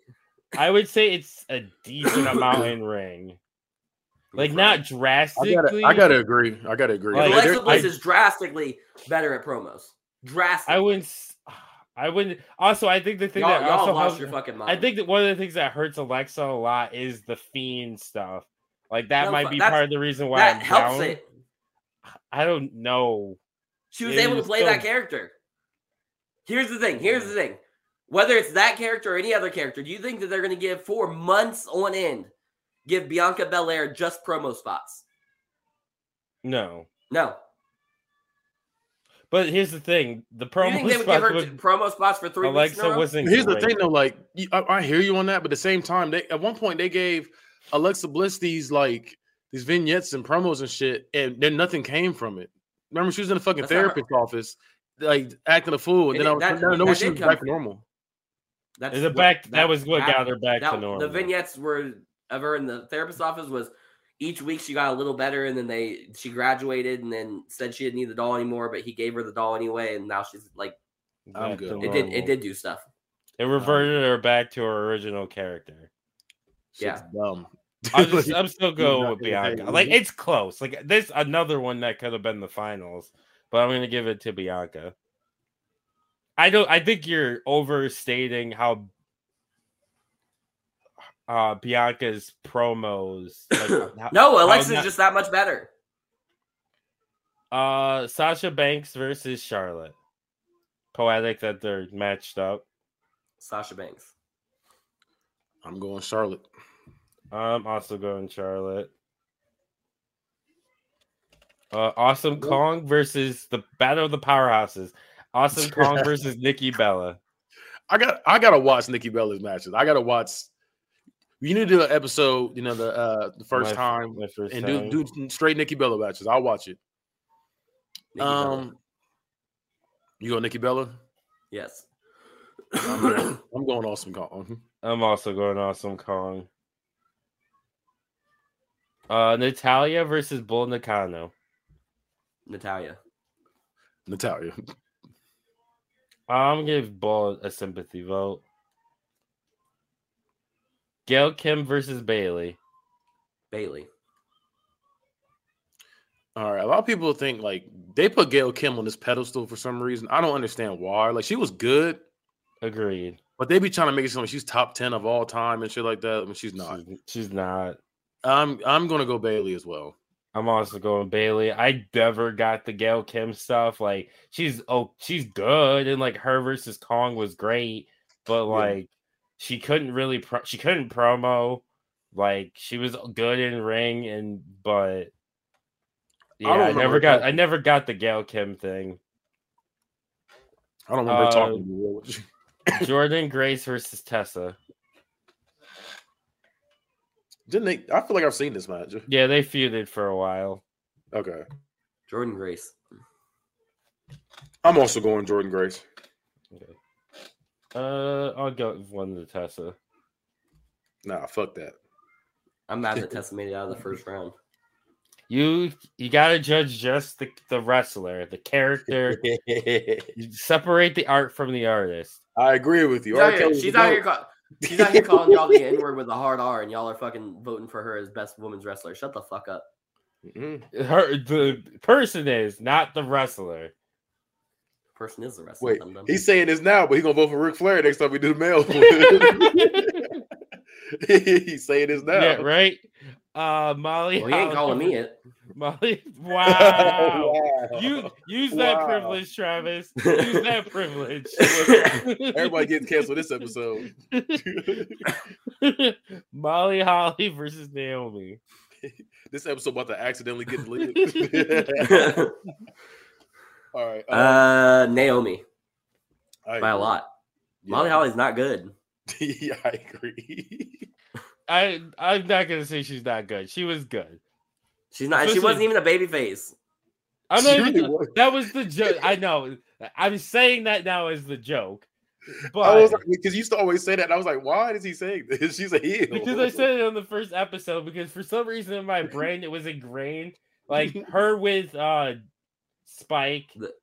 I would say it's a decent amount in ring. Like not
I
drastically.
gotta, I gotta agree. I gotta agree.
Like,
Like, there-
Alexa Bliss
I-
is drastically better at promos. Drastically.
I wouldn't. s- I wouldn't. Also, I think the thing
y'all
that
y'all
also
lost
helps-
your fucking mind.
I think that one of the things that hurts Alexa a lot is the fiend stuff. Like that
No,
might
but
be
that's-
part of the reason why
that
I'm
helps
down.
it.
I don't know.
She was
It
able to
is
play
still-
that character. Here's the thing. Here's the thing. Whether it's that character or any other character, do you think that they're going to give for months on end give Bianca Belair just promo spots?
No.
No.
But here's the thing: the
you
promo
think they would give
spots
her
with
t- promo spots for three weeks? in a
Alexa
row?
wasn't.
Here's the
great.
thing, though. Like, you- I, I hear you on that, but at the same time, they at one point they gave Alexa Bliss these like these vignettes and promos and shit, and then nothing came from it. Remember, she was in the fucking
That's not her-
therapist's office, like acting a fool, and
It
then I
did-
was
that-
I don't
that
know when she
did
was
come
back to
from-
normal.
That's
Is it
what-
back? That, was what got her back
that-
to normal.
The vignettes were of her in the therapist's office was each week she got a little better, and then they she graduated, and then said she didn't need the doll anymore, but he gave her the doll anyway, and now she's like
I'm
Back
Oh, good.
to
It
it did
normal.
it uh, did do stuff.
It reverted her back to her original character.
Yeah.
Shit's dumb.
I'm,
uh,
just, I'm still going
not
with
gonna take
Bianca.
it.
Like it's close. Like this another one that could have been the finals, but I'm gonna give it to Bianca. I don't. I think you're overstating how uh Bianca's promos. Like, how-
No, Alexa's
not-
just that much better.
Uh, Sasha Banks versus Charlotte. Poetic that they're matched up.
Sasha Banks.
I'm going Charlotte.
I'm also going Charlotte. Uh, awesome Kong versus the Battle of the Powerhouses. Awesome Kong versus Nikki Bella.
I got I gotta watch Nikki Bella's matches. I gotta watch. You need to do an episode, you know, the uh the first
My-
time,
my first
and
time.
do do straight Nikki Bella matches. I'll watch it.
Nikki
um,
Bella.
you go Nikki Bella.
yes.
I'm going, I'm going awesome. Kong.
I'm also going Awesome Kong. Uh, Natalia versus Bull Nakano.
Natalia.
Natalia.
I'm gonna give Bull a sympathy vote. Gail Kim versus Bailey.
Bailey.
All right. A lot of people think like they put Gail Kim on this pedestal for some reason. I don't understand why. Like she was good,
Agreed.
but they be trying to make it seem like she's top ten of all time and shit like that. When she's not.
She's, she's not.
I'm I'm gonna go Bailey as well.
I'm also going Bailey. I never got the Gail Kim stuff. Like she's oh she's good, and like her versus Kong was great, but
Yeah.
like she couldn't really pro- she couldn't promo. Like she was good in ring, and but yeah,
don't
I,
remember
never got
that.
I never got the Gail Kim thing.
I don't remember
Uh,
talking to you. really.
Jordan Grace versus Tessa.
Didn't they? I feel like I've seen this match.
Yeah, they feuded for a while.
Okay.
Jordan Grace.
I'm also going Jordan Grace.
Uh, I'll go with one to Tessa.
Nah, fuck that.
I'm mad that Tessa made it out of the first round.
You you gotta judge just the, the wrestler, the character. You separate the art from the artist.
I agree with you.
She's out
RK
here,
was
she's
the
out here,
goat.
call, she's out here calling y'all the N word with a hard R, and y'all are fucking voting for her as best women's wrestler. Shut the fuck up.
Mm-hmm.
Mhm.
Her the person is not the wrestler.
Person is the wrestler.
Wait,
dum-dum.
he's saying this now, but he's gonna vote for Ric Flair next time we do the mail. he's saying this now.
Yeah, right. Uh, Molly.
Well, he ain't calling me it.
Molly. Wow.
Wow.
Use use that
Wow.
privilege, Travis. Use that privilege.
Everybody getting canceled this episode.
Molly Holly versus Naomi.
this episode about to accidentally get deleted. Uh, All right, uh,
uh, Naomi
I
by a
agree.
lot.
Yeah.
Molly Holly's not good.
yeah, I agree.
I I'm not gonna say she's not good. She was good.
She's not. She
Listen.
wasn't even a baby face.
I'm not
She
even,
really was.
that was the joke. I know. I'm saying that now as the joke, but
I was like, because you used to always say that. And I was like, why is he saying this? She's a heel.
because I said it on the first episode, because for some reason in my brain it was ingrained. Like her with uh Spike,
The-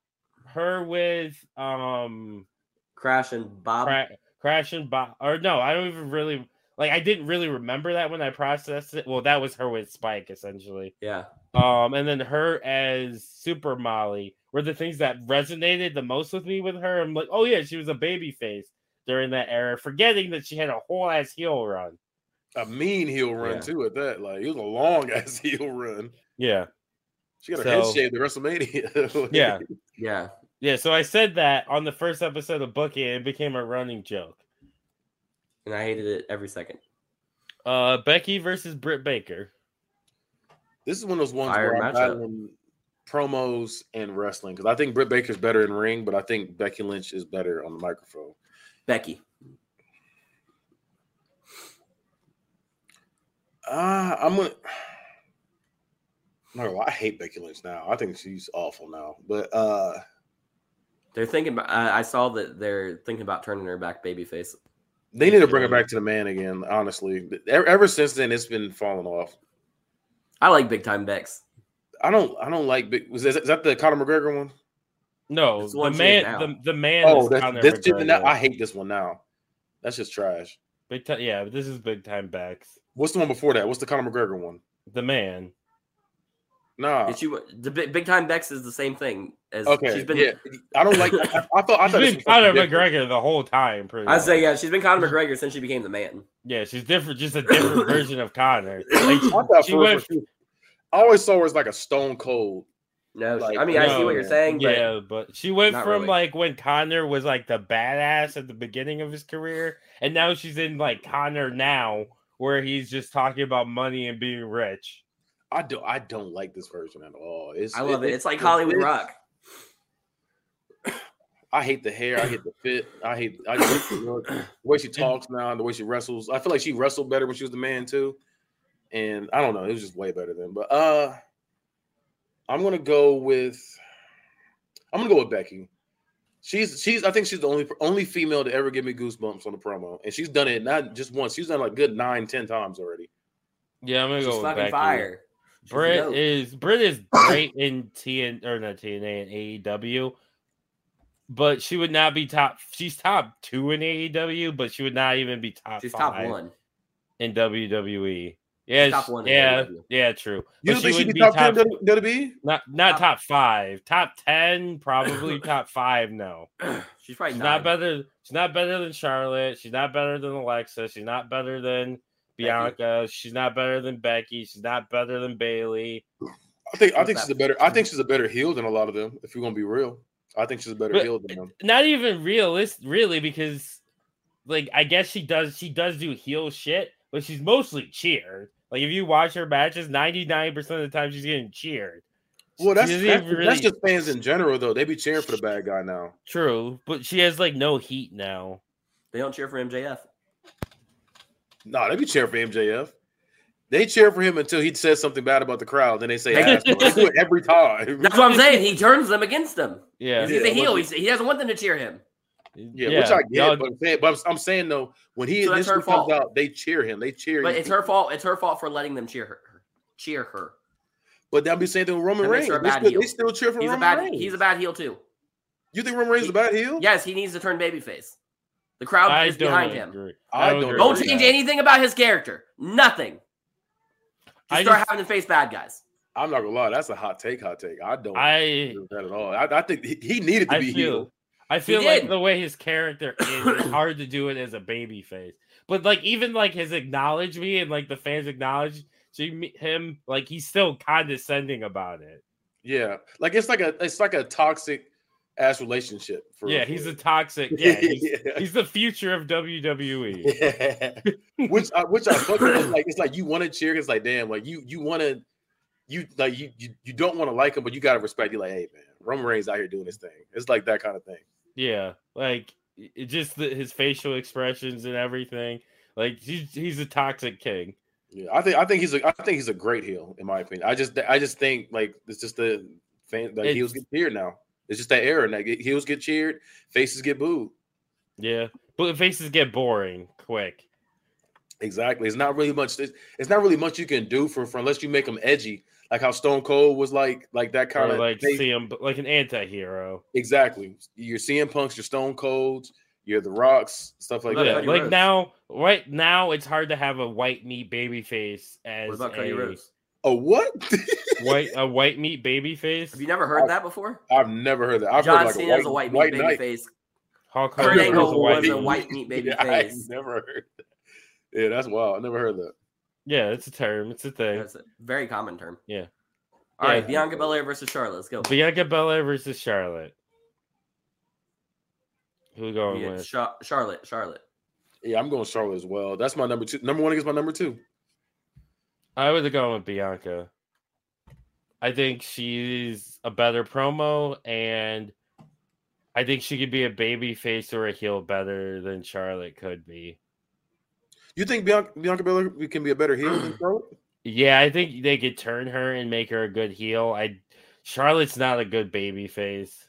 her with um
Crash and Bob.
Cra- Crash and Bob, or no, I don't even really like. I didn't really remember that when I processed it. Well, that was her with Spike essentially.
Yeah.
Um, and then her as Super Molly were the things that resonated the most with me with her. I'm like, oh yeah, she was a baby face during that era, forgetting that she had a whole ass heel run.
A mean heel run
Yeah.
too. At that, like it was a long ass heel run.
Yeah,
She got her head
So-
shaved at WrestleMania.
Yeah.
Yeah.
yeah. So I said that on the first episode of Bookie, and it became a running joke.
And I hated it every second.
Uh, Becky versus Britt Baker.
This is one of those ones
Fire
where I'm
matchup.
battling promos and wrestling because I think Britt Baker's better in ring, but I think Becky Lynch is better on the microphone.
Becky.
Uh, I'm gonna. I'm not gonna lie, I hate Becky Lynch now. I think she's awful now. But uh
They're thinking about, I I saw that they're thinking about turning her back babyface.
they need to bring her back to the man again. Honestly, E- ever since then, it's been falling off.
I like big time Bex.
I don't. I don't like. Big, was that, is that the Conor McGregor one?
No,
That's the
the
one she is now.
man, the, the man.
oh,
is
that's,
Conor
that's just, now,
McGregor.
I hate this one now. That's just trash.
Big time, yeah. This is big time backs.
What's the one before that? What's the Conor McGregor one?
The man.
Nah,
Did you, the big, big time Bex is the same thing as
Uh. Okay,
she's been.
yeah. I don't like. I, I thought. I
She's
thought
been Conor
it was different.
McGregor the whole time. Pretty.
I
much.
say, yeah, she's been Conor McGregor since she became the man.
Yeah, she's different. Just a different version of Connor. Like,
I thought
She
for-
went-
for- I always saw her as like a Stone Cold.
No, she-
Like,
I mean, I see what
no,
you're saying, but
yeah, but she went
Not
from
really.
like when Connor was like the badass at the beginning of his career, and now she's in like Connor now, where he's just talking about money and being rich.
I do. I don't like this version at all. It's,
I love it. It's like Hollywood
it's-
Rock.
I hate the hair. I hate the fit. I hate I hate the look. The way she talks now. The way she wrestles. I feel like she wrestled better when she was the man too. And I don't know. It was just way better then. But uh, I'm gonna go with. I'm gonna go with Becky. She's she's. I think she's the only only female to ever give me goosebumps on the promo, and she's done it not just once. She's done like good nine, ten times already.
Yeah, I'm gonna
She's
go with
fucking
Becky.
fire. She's
Britt
dope.
is Britt is great in TN or not TNA and AEW, E but she would not be top. She's top two in AEW, but she would not even be top.
She's top
five
one.
in WWE. Yeah,
top
sh-
one in E
yeah,
AEW.
yeah, true.
You
But
don't think
she
she'd
would be
be top,
top,
ten? E? WWE?
not not
Top-
top, five, top ten, probably top five. No,
She's probably
she's
not
not better. She's not better than Charlotte. She's not better than Alexa. She's not better than Bianca. She's not better than Becky. She's not better than Bailey.
I think I
What's
think
that?
she's a better. I think she's a better heel than a lot of them. If you're gonna be real, I think she's a better
But-
heel than them.
not even realist really because like i guess she does she does do heel shit but she's mostly cheered like if you watch her matches 99% of the time she's getting cheered
Well, that's
She
that's,
doesn't even
that's
really-
just fans in general, though. They be cheering for the bad guy now.
true but she has like no heat now
They don't cheer for MJF.
nah, they be cheering for MJF. They cheer for him until he says something bad about the crowd. Then they say, "Asshole." they do it every time.
That's what I'm saying. He turns them against them.
yeah
He's
Yeah,
a heel.
what-
He's, he doesn't want them to cheer him.
Yeah, which I
y'all-
get, but I'm, saying, but I'm- I'm saying though, when he
So that's
initially
her
comes
fault.
out, they cheer him. They cheer.
But
you.
it's her fault. It's her fault for letting them cheer her. Cheer her.
But that'll be the same thing with Roman
That makes
Reigns.
her a
They
bad
still, they
heel.
still cheer for
He's a
Roman
bad.
Reigns.
He's a bad heel too.
you think Roman Reigns is a bad heel?
Yes, he needs to turn babyface. The crowd
I
is
don't
behind him.
agree.
I don't
agree
Don't
with
change
that.
anything about his character. Nothing. Just
I
start
just-
having to face bad guys.
I'm not gonna lie. That's a hot take. Hot take. I don't.
I
agree with that at all. I, I think he, he needed to
I
be heel.
feel I feel
He
like
did.
the way his character is, it's hard to do it as a baby face. But like even like his acknowledge me and like the fans acknowledge to me- him, like he's still condescending about it.
Yeah, like it's like a it's like a toxic ass relationship. For
yeah,
for-
he's a toxic. Yeah, he's,
Yeah.
he's the future of E. WWE.
Yeah. which I, which I fucking it's like. It's like you want to cheer. It's like damn, like you you want to you like you you, you don't want to like him, but you gotta respect. You like, hey man, Roman Reigns out here doing his thing. It's like that kind of thing.
Yeah, like it- it just the, his facial expressions and everything. Like he's he's a toxic king.
Yeah, I think I think he's a I think he's a great heel in my opinion. I just I just think like it's just the fan like
It's-
heels get cheered now. It's just that era. and, Like heels get cheered, faces get booed.
Yeah, but faces get boring quick.
Exactly. It's not really much. It's, it's not really much you can do for, for unless you make them edgy, like how Stone Cold was like like that kind
Or
of
like see him like an anti-hero.
Exactly. You're CM Punks, your Stone Colds, you're the Rocks, stuff like
What
yeah,
about
that.
Cody
like
Rhodes?
now, right now, it's hard to have a white meat baby face as
What about Cody
a
Rhodes?
A what?
white a white meat baby face.
Have you never heard that before?
I've never heard that. I've
John
heard like
Cena was a white meat baby
knight.
face.
Hulk
Kurt
Hogan
Angle
is
Angle was a
meat.
white meat baby
Yeah, I
face.
never heard. That. Yeah, that's wild. I never heard that.
Yeah, it's a term. It's a thing.
That's a very common term.
Yeah.
All right,
Yeah.
Bianca Belair versus Charlotte. Let's go.
Bianca Belair versus Charlotte. Who we going
Yeah,
with?
Char- Charlotte, Charlotte.
Yeah, I'm going Charlotte as well. That's my number two. Number one against my number two.
I would have gone with Bianca. I think she's a better promo, and I think she could be a baby face or a heel better than Charlotte could be.
You think Bianca, Bianca Belair can be a better heel than Charlotte?
Yeah, I think they could turn her and make her a good heel. I Charlotte's not a good baby face.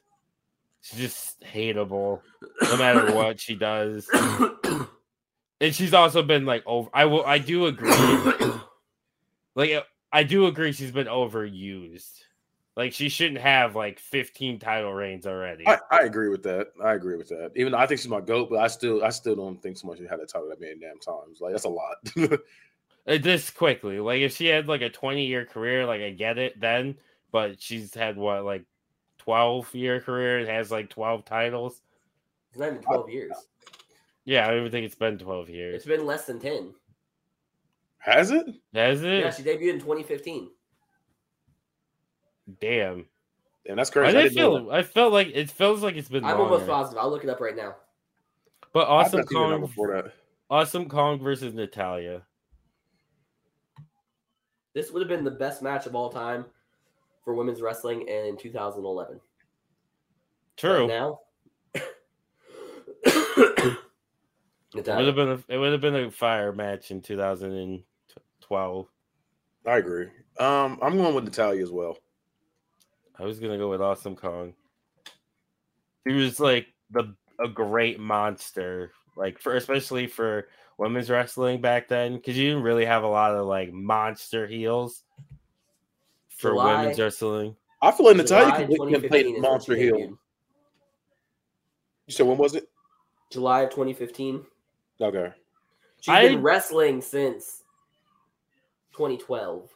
She's just hateable no matter what she does. And she's also been like over I will I do agree like uh, I do agree she's been overused. Like she shouldn't have like 15 title reigns already.
I, I agree with that. I agree with that. Even though I think she's my goat, but I still I still don't think someone should have that title that many damn times. Like that's a lot.
Uh, this quickly. Like if she had like a 20 year career, like I get it then, but she's had what like 12 year career and has like 12 titles.
It's not even 12 years.
Yeah, I don't even think it's been 12
It's
years.
been less than 10.
Has it?
Has it?
Yeah, she debuted in 2015.
Damn.
And that's
I
crazy. I
didn't
didn't know
feel I felt like it feels like it's been
I'm
longer.
almost positive. I'll look it up right now.
But
that. I've
awesome
not seen her
Kong
before that.
Awesome Kong versus Natalia.
This would have been the best match of all time for women's wrestling in 2011. But
True.
now,
It would have been a, it would have been a fire match in 2012.
I agree. Um, I'm going with Natalia as well.
I was gonna go with Awesome Kong. He was like the a great monster, like for especially for women's wrestling back then, because you didn't really have a lot of like monster heels for
July-
women's wrestling.
I feel like Natalia
July
can,
2015
can play
is when
Monster
she
Hill.
debuted.
You said when was it?
July of 2015.
Okay.
She's
I-
been wrestling since 2012.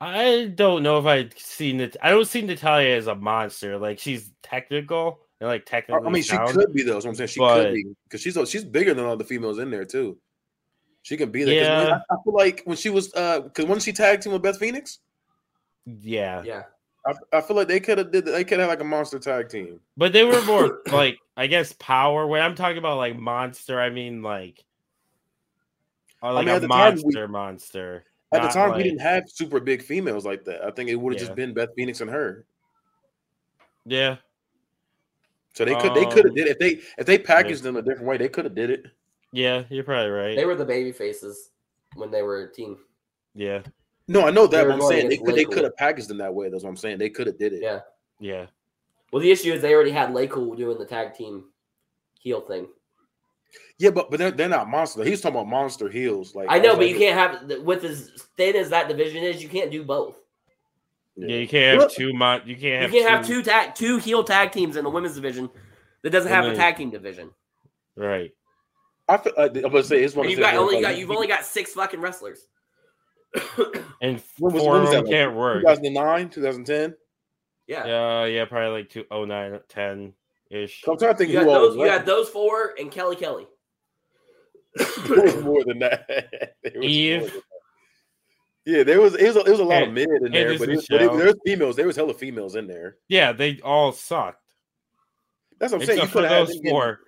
I don't know if I see Nat- I don't see Natalia as a monster. Like she's technical and like
I,
technical.
I mean, she could be though. Is what I'm saying she
But-
could be because she's she's bigger than all the females in there too. She can be there. 'Cause when-
Yeah.
I, I feel like when she was uh because when she tagged team with Beth Phoenix,
Yeah.
Yeah.
I, I feel like they could have did they could have like a monster tag team.
But they were more like I guess power. When I'm talking about like monster, I mean like, or like
mean, at
a
the time, we-
monster monster.
At the
not
time,
like-
we didn't have super big females like that. I think it would have
Yeah.
just been Beth Phoenix and her.
Yeah,
So they could they
Um,
could have did if they if they packaged them a different way, they could have did it.
yeah, you're probably right.
They were the baby faces when they were a team.
yeah,
No, I know that.
They were
but I'm
going
saying they
against
could they
Lakewood.
could have packaged them that way. That's what I'm saying. They could have did it.
Yeah.
yeah.
Well, the issue is they already had Lakel doing the tag team heel thing.
Yeah, but but they're, they're not monster. He was talking about monster heels. Like
I know, but
like-
you can't have with as thin as that division is, you can't do both.
Yeah, you can't have
Look-
two mon. You can't
You
have.
can't have two tag two heel tag teams in the women's division that doesn't have a
Mhm.
tag team division.
Right.
I feel, uh, I'm gonna say it's one.
And
of
you've
those
got
things,
only
like,
got you've only got six fucking wrestlers.
And
When was-
four
when
of
was
them
that, like,
can't work.
2009, 2010.
yeah.
Yeah, yeah, probably like two oh nine, ten ish.
So I'm trying to think
You
who
got
all
those
was
you got
left.
those four and Kelly Kelly.
There was more than that. There was more
Eve.
than that. Yeah, there was it was a, it was a lot
And-
of men in
and
there,
there's
but, it, but it,
Michelle.
there was females. There was hella females in there.
Yeah, they all sucked
That's what I'm saying. You
except for
could have
those four.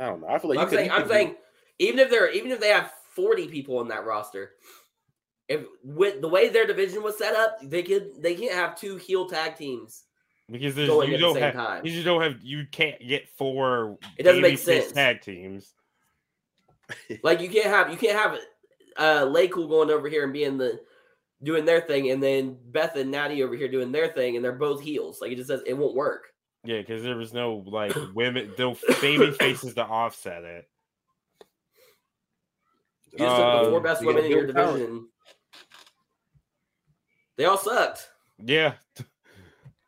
I don't know. I feel like you
I'm
could-
saying
you
I'm
could-
saying even if they're even if they have 40 people in that roster, if with the way their division was set up, they could they can't have two heel tag teams
Because there's,
going
you
at the
don't
same
have
time.
you just don't have you can't get four.
It doesn't make
babyface
sense.
Tag teams.
Like you can't have you can't have uh Lakeul going over here and being the doing their thing, and then Beth and Natty over here doing their thing, and they're both heels. Like it just says it won't work.
Yeah, because there was no like women, no baby faces to offset it.
You just took the four
Um,
best
you gotta
women in your
build talent.
division. They all sucked.
Yeah.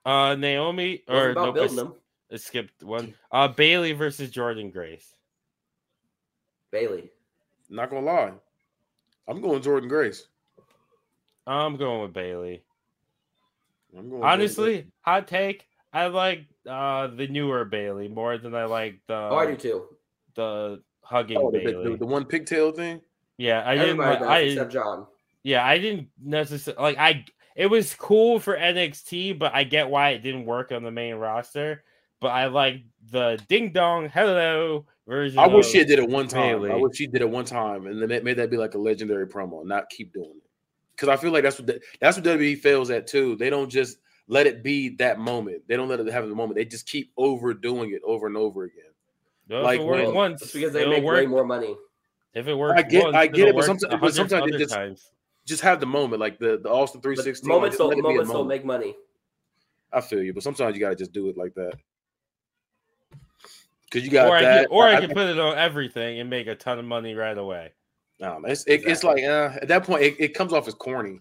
Uh, Naomi
It wasn't
or
about
nope, I
building
s-
them.
I skipped one. Uh, Bailey versus Jordan Grace.
Bailey.
Not gonna lie, I'm going Jordan Grace.
I'm going with Bailey.
I'm going
Honestly, hot take. I like uh the newer Bailey more than I like the
oh, I do too.
the hugging
Jordan Grace. Oh,
Bailey.
the, the, the one pigtail thing.
yeah, I didn't.
Everybody
Like,
does
I
except John.
yeah, I didn't necessarily like. I it was cool for NXT, but I get why it didn't work on the main roster. But I like the ding dong hello version.
I wish
of-
she did it one time. I
Bailey.
wish she did it one time, and then made that be like a legendary promo. Not keep doing it, because I feel like that's what the, that's what WWE fails at too. They don't just let it be that moment. They don't let it have the moment. They just keep overdoing it over and over again.
Well, if
like,
it worked
well,
once
It's because they
it'll
make way
work.
more money.
If it works,
I get-
once,
I
it'll
get it, but
work
sometimes-
a
but
hundred
sometimes it
other
just-
times.
Just have the moment, like the the Austin three
But
sixty
moments don't, moments don't make money.
I feel you, but sometimes you gotta just do it like that. Because you got
Or I
that,
could, or I,
I-
could put it on everything and make a ton of money right away.
Um, it's it, it's like uh, at that point it, it comes off as corny.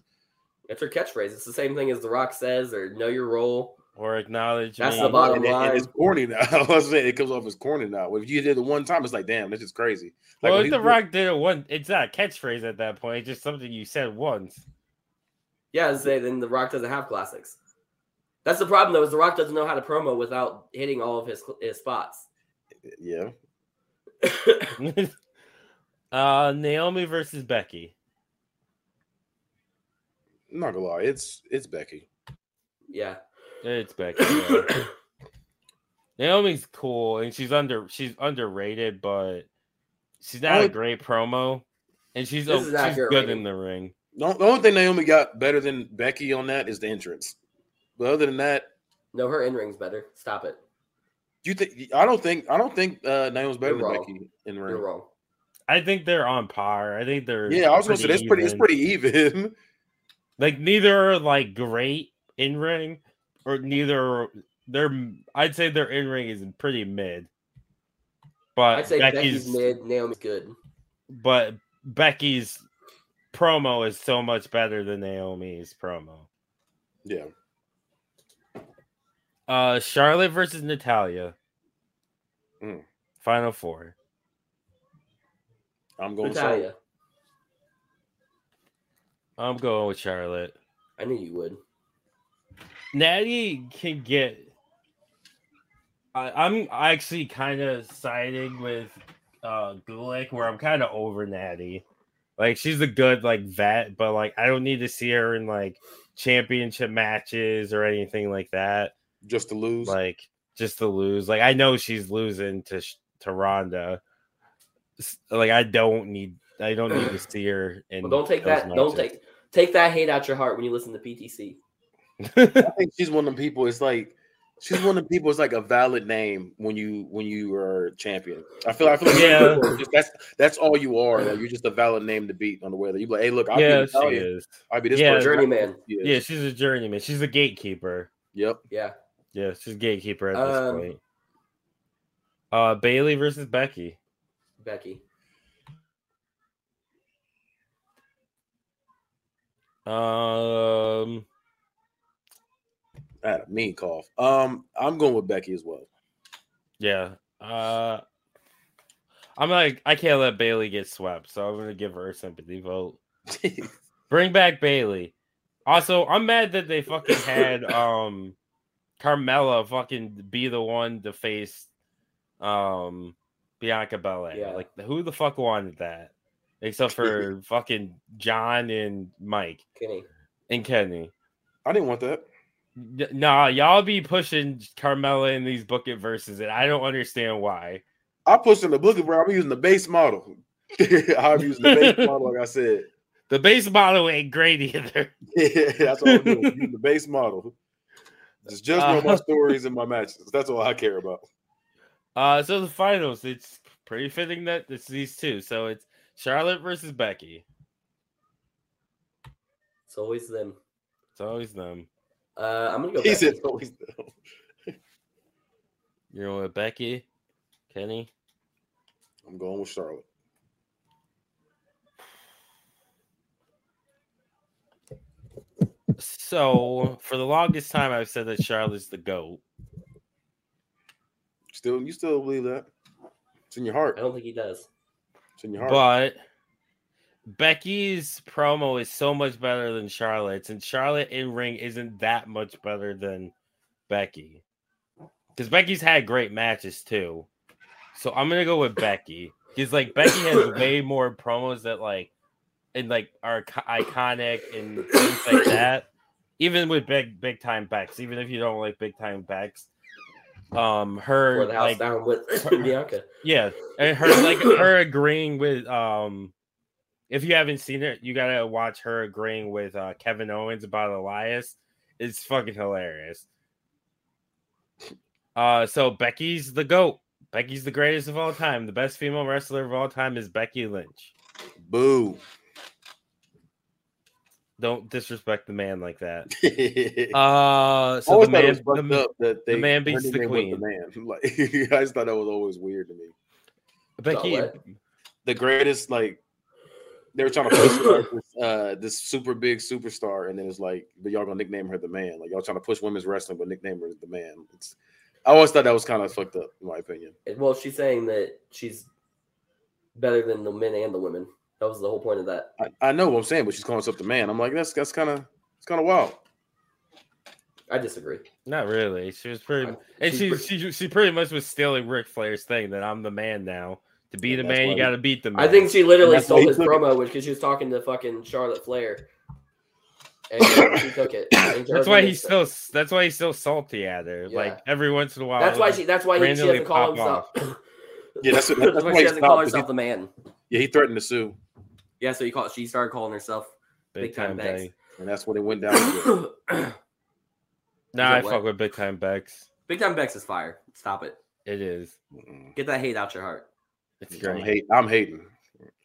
That's her catchphrase. It's the same thing as The Rock says or know your role.
Or acknowledge
That's
me.
the bottom
and, it- and it's
line.
corny now. I was saying it comes off as corny now. If you did it one time, it's like damn, this is crazy. Like,
well,
when
if
he
The
did-
Rock did it one, it's not a catchphrase at that point. It's just something you said once.
Yeah, I'd say then The Rock doesn't have classics. That's the problem though, is The Rock doesn't know how to promo without hitting all of his his spots.
yeah,
uh, Naomi versus Becky.
I'm not gonna lie, it's it's Becky.
yeah.
It's Becky. yeah. Naomi's cool and she's under she's underrated, but she's not a
Only-
great promo, and she's
This is
a, she's
accurate
good
rating.
in the ring.
The on- the only thing Naomi got better than Becky on that is the entrance. But other than that,
No, her in ring's better. Stop it.
you think I don't think I don't think uh, Naomi's better
You're
than
wrong.
Becky in the
You're
ring.
wrong.
I think they're on par. I think they're
Yeah, I was gonna say that's pretty. It's
even.
pretty even.
like neither are like great in ring or neither are- they're i'd say their in ring is pretty mid but
I'd say
Uh, becky's,
Becky's, mid, Naomi's good.
but becky's promo is so much better than naomi's promo
yeah,
uh charlotte versus natalia
Mm.
final four
I'm going. Charlotte.
Natalia.
i'm going with charlotte
I knew you would.
Natty can get. I, I'm actually kind of siding with uh Gulick, where I'm kind of over Natty. Like she's a good like vet, but like I don't need to see her in like championship matches or anything like that.
Just to lose.
Like just to lose. Like I know she's losing to Sh- to Ronda. S- Like I don't need. I don't need to see her. And
Well, don't take that. Don't take take that hate out your heart when you listen to PTC.
I think she's one of the people. It's like she's one of the people. It's like a valid name when you when you are champion. I feel. I feel like
Yeah.
just- that's that's all you are. Like you're just a valid name to beat on the weather. You be like, hey, look, I
Yeah,
beat
she
Natalia.
is.
I beat this
Yeah.
person.
Journeyman.
Yeah.
Yeah, she's a journeyman. She's a gatekeeper.
Yep.
Yeah.
Yeah, she's gatekeeper at this
Um,
point. Uh, Bailey versus Becky.
Becky.
Um,
I had a mean cough. Um, I'm going with Becky as well.
yeah. Uh, I'm like, I can't let Bailey get swept, so I'm gonna give her a sympathy vote. Bring back Bailey. Also, I'm mad that they fucking had um Carmella fucking be the one to face um Bianca Belair.
Yeah.
Like, who the fuck wanted that? Except for fucking John and Mike
Kenny.
and Kenny.
I didn't want that.
Y- Nah, y'all be pushing Carmella in these book it verses, and I don't understand why.
I pushed in the book, bro. I'm using the base model. I'm using the base model, like I said.
The base model ain't great either.
that's all I'm doing. Using the base model. Just just know my
Uh,
stories and my matches. That's all I care about.
Uh, so the finals, it's pretty fitting that it's these two. So it's Charlotte versus Becky.
It's always them.
It's always them.
Uh, I'm gonna go.
He
Becky.
said it's always them.
You're going with Becky, Kenny.
I'm going with Charlotte.
So for the longest time, I've said that Charlotte's the goat.
Still, you still believe that? It's in your
I
heart.
don't think he does.
It's in your heart.
But Becky's promo is so much better than Charlotte's, and Charlotte in ring isn't that much better than Becky. Because Becky's had great matches too. So I'm gonna go with Becky. Because like Becky has way more promos that like and like are co- iconic and things like that. Even with big big time backs, even if you don't like big time backs, um, her
Or the house
like,
down with Bianca.
yeah, and her like her agreeing with um, if you haven't seen it, you gotta watch her agreeing with uh, Kevin Owens about Elias. It's fucking hilarious. Uh, so Becky's the goat. Becky's the greatest of all time. The best female wrestler of all time is Becky Lynch.
Boo.
Don't disrespect the man like that. Uh, so the
thought it
man,
was fucked
the ma-
up that
the man beats
her
the
name was The man. Like, I just thought that was always weird to me.
Becky,
what?
The greatest, like, they were trying to push her, like, this, uh, this super big superstar, and then it's like, but y'all gonna nickname her the man. Like, y'all trying to push women's wrestling, but nickname her the man. It's, I always thought that was kind of fucked up, in my opinion.
Well, she's saying that she's better than the men and the women. That was the whole point of that.
I, I know what I'm saying, but she's calling herself the man. I'm like, that's that's kind of it's kind of wild.
I disagree.
not really. She was pretty. And
She's
she,
pretty-
she she pretty much was stealing Ric Flair's thing that I'm the man now. To be
Yeah,
the
that's
man,
why
you
we-
got to beat the man.
I think she literally
That's
stole
why he
his
took it.
promo because she was talking to fucking Charlotte Flair, and uh, she took it. And
that's
her
why
name-
he's still that's why he's still salty at her.
Yeah.
Like every once in a while.
That's why she. That's why he, she
randomly
doesn't call
pop
himself.
Yeah, that's- that's
why
why
she
he
doesn't call
stopped, 'cause
herself the man.
Yeah, he threatened to sue,
Yeah, so you call. She started calling herself.
big
big
time
time Bex.
Bex.
and that's what it went down. to.
Big
Nah, I
what?
fuck with big time Bex.
time Bex is fire. Stop it.
It is.
Mm-mm.
Get that hate out your heart.
It's
I'm,
great.
hate, I'm hating.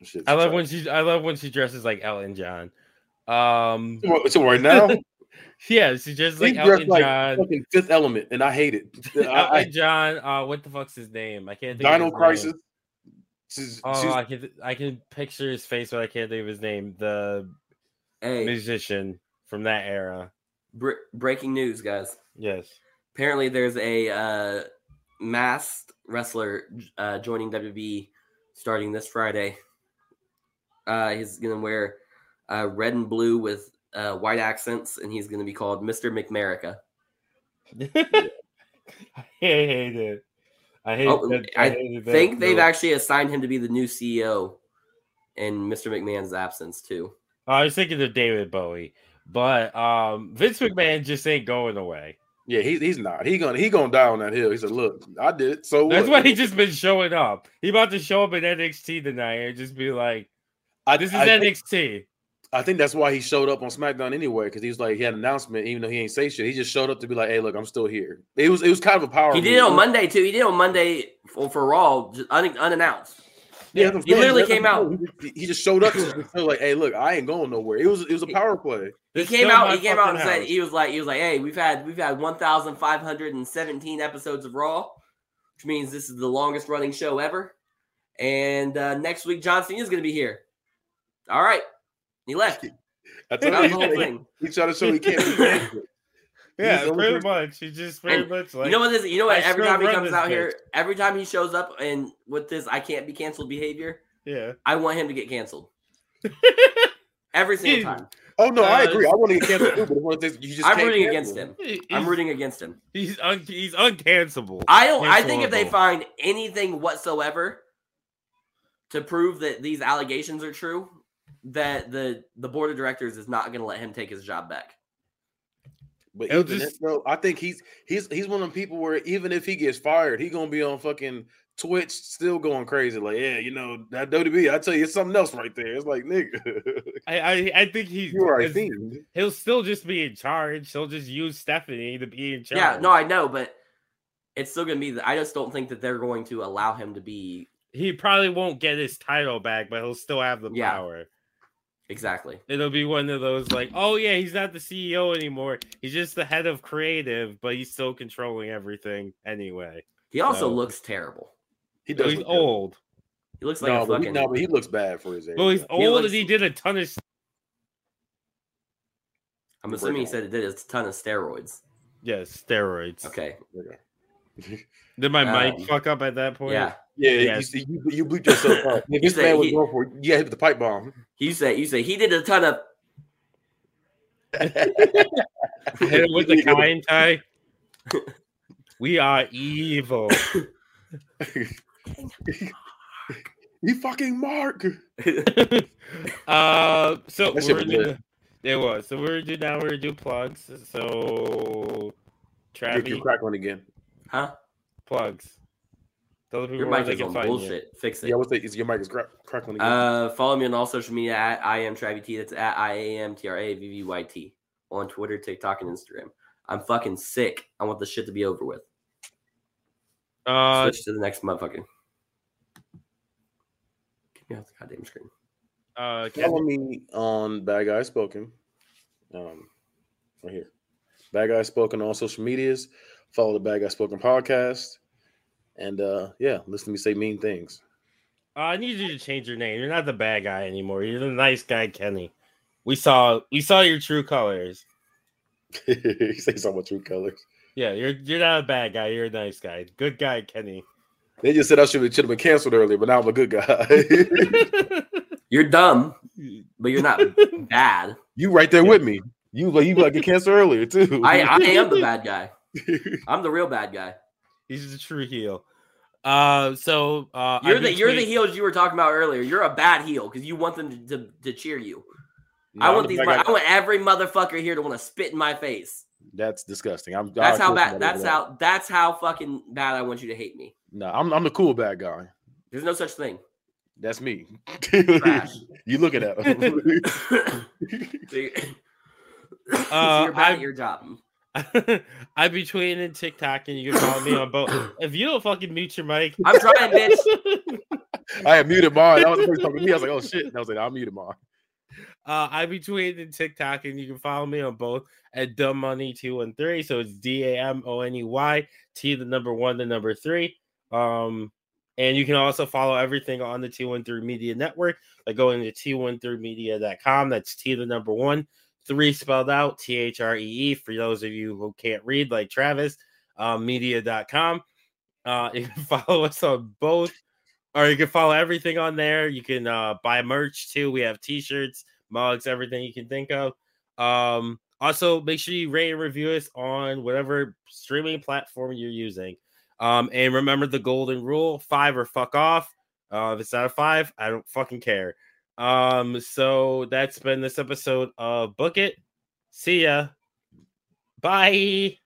Shit's
I love
trash.
when she I love when she dresses like Elton John. Um,
Well, So right now,
yeah, she dresses like
he
Elton
dressed like
John.
fucking Fifth Element, and I hate it. I, I,
Elton John. Uh, what the fuck's his name? I can't. Think of
Dino
his name.
Crisis. She's,
Oh,
she's-
I can I can picture his face, but I can't think of his name. The
Hey,
musician from that era.
br- breaking news, guys.
Yes.
Apparently, there's a uh, masked wrestler uh, joining WWE starting this Friday. Uh, he's gonna wear uh, red and blue with uh, white accents, and he's gonna be called Mr. McMerica.
I hate it. I hate
Oh,
that.
I
hated that
Think they've
move.
actually assigned him to be the new CEO in Mr. McMahon's absence too.
Oh, I was thinking of David Bowie, but um, Vince McMahon just ain't going away.
yeah, he, he's not. He gonna he gonna die on that hill. He said, "Look, I did it." So
That's why
what?
he just been showing up. He about to show up in NXT tonight and just be like,
I,
"This is
I, think-
NXT."
I think that's why he showed up on SmackDown anyway, because he was like he had an announcement, even though he ain't say shit. He just showed up to be like, "Hey, look, I'm still here." It was it was kind of a power.
He did it
move.
on Monday too. He did it on Monday for, for Raw, just un- unannounced.
Yeah, that's what I'm
He
saying.
literally
That's what
came
I'm
out.
saying. He just, he just showed up to just feel like, "Hey, look, I ain't going nowhere." It was it was a power play.
He
This
came
still
out.
my
He came out and
fucking
said
house.
he was like he was like, "Hey, we've had we've had 1,517 episodes of Raw, which means this is the longest running show ever." And uh, next week, John Cena's going to be here. All right, he left.
I told
That was the
you,
whole
he,
thing.
he tried to show he can't. Be desperate. He's
Yeah,
the only
pretty
person-
much. He just pretty
And
much like
You know what this? You know
I
what? Every
still
time he
run
comes
this
out
bitch.
here, every time he shows up, and with this, I can't be canceled behavior.
yeah.
I want him to get canceled every
Dude,
single time.
Oh no, I
Uh,
agree. I want to get canceled too, but one of the things you just
I'm
can't
rooting
cancel
against him.
He-
I'm
he's-
rooting against him.
He's un- he's uncancelable.
I don't. I think if they
Cancelable.
find anything whatsoever to prove that these allegations are true, that the the board of directors is not going to let him take his job back.
But
It'll
even
just-
if, bro, I think he's he's he's one of them people where even if he gets fired, he gonna be on fucking Twitch still going crazy. Like, yeah, you know that WB. I tell you, it's something else right there. It's like, nigga,
I, I I think he's
you are a
is-
fiend.
he'll still just be in charge. He'll just use Stephanie to be in charge.
Yeah. No, I know, but it's still going to be. The, I just don't think that they're going to allow him to be
he probably won't get his title back, but he'll still have the
Yeah.
power.
exactly.
It'll be one of those like, oh yeah, he's not the CEO anymore. He's just the head of creative, but he's still controlling everything anyway.
He also
No.
looks terrible.
He
So
does.
he's
look terrible.
old.
He looks like
No,
a
but he,
fucking.
no, but he looks bad for his age.
Well, he's
though.
old
looks-
and he did a ton of. s-
I'm assuming he said it did a ton of steroids.
Yeah, steroids.
Okay.
Did my
Um,
mic fuck up at that point?
Yeah.
Yeah,
Yes.
you, you, you bleeped yourself out. If this
say
man was
he-
going for it, you got hit with the pipe bomb.
You say you say he did a ton of
Hit it with the kind tie. We are evil.
He fucking Mark.
uh, so
That shit
we're
was
gonna-
good.
it was. So we're do now. We're gonna do plugs. So,
You're, you
Travi
crack one again.
huh?
plugs. Tell the people
Your
where
mic
they
is
can
on
find you.
bullshit. Fix it.
Yeah, what's that? Is your mic is crack, crack one again?
Uh, follow me on all social media at I am Travy T. That's at I A M T R A V V Y T on Twitter, TikTok, and Instagram. I'm fucking sick. I want this shit to be over with.
Uh,
Switch to the next motherfucking. Get me off the goddamn screen.
uh,
Follow me on Bad Guy Spoken. Um, right here. Bad Guy Spoken on all social medias. Follow the Bad Guy Spoken podcast. And uh yeah, listen to me say mean things.
uh, I need you to change your name. You're not the bad guy anymore. You're the nice guy, Kenny. We saw we saw your true colors.
you say so much true colors.
Yeah, you're you're not a bad guy. You're a nice guy. Good guy, Kenny.
They just said I should have been canceled earlier, but now I'm a good guy.
You're dumb, but you're not bad.
you right there with me. You like you like get canceled earlier too.
I, I am the bad guy. I'm the real bad guy.
He's the true heel. Uh, so uh,
You're
I've
the
been
you're the
tweeting-
heels you were talking about earlier. You're a bad heel because you want them to, to, to cheer you.
No,
I
I'm
want
the
these.
bad
mo-
guy.
I want every motherfucker here to want to spit in my face.
That's disgusting. I'm
That's
I'll
how
kill
bad.
somebody
That's
for that.
how. That's how fucking bad I want you to hate me.
No, I'm I'm the cool bad guy.
There's no such thing.
That's me.
Trash.
you looking at him.
so you're,
Uh,
so you're bad
I-
at your job.
I be tweeting and TikTok, and you can follow me on both. If you don't fucking mute your mic,
I'm trying, bitch.
I had muted mine. That was the first time to me. I was like, oh shit. And I was like, I muted mine.
uh, I be tweeting and TikTok, and you can follow me on both at Dumb Money two one three. So it's D A M O N E Y T the number one the number three. Um, and you can also follow everything on the T one three Media Network by going to T one three media.com. That's T the number one three spelled out T H R E E for those of you who can't read like Travis. Um, media.com. Uh, you can follow us on both, or you can follow everything on there. You can uh, buy merch too. We have t-shirts, mugs, everything you can think of. Um, also, make sure you rate and review us on whatever streaming platform you're using. Um, and remember the golden rule: five or fuck off. Uh, if it's not a five, I don't fucking care. Um, so that's been this episode of Book It. See ya. Bye.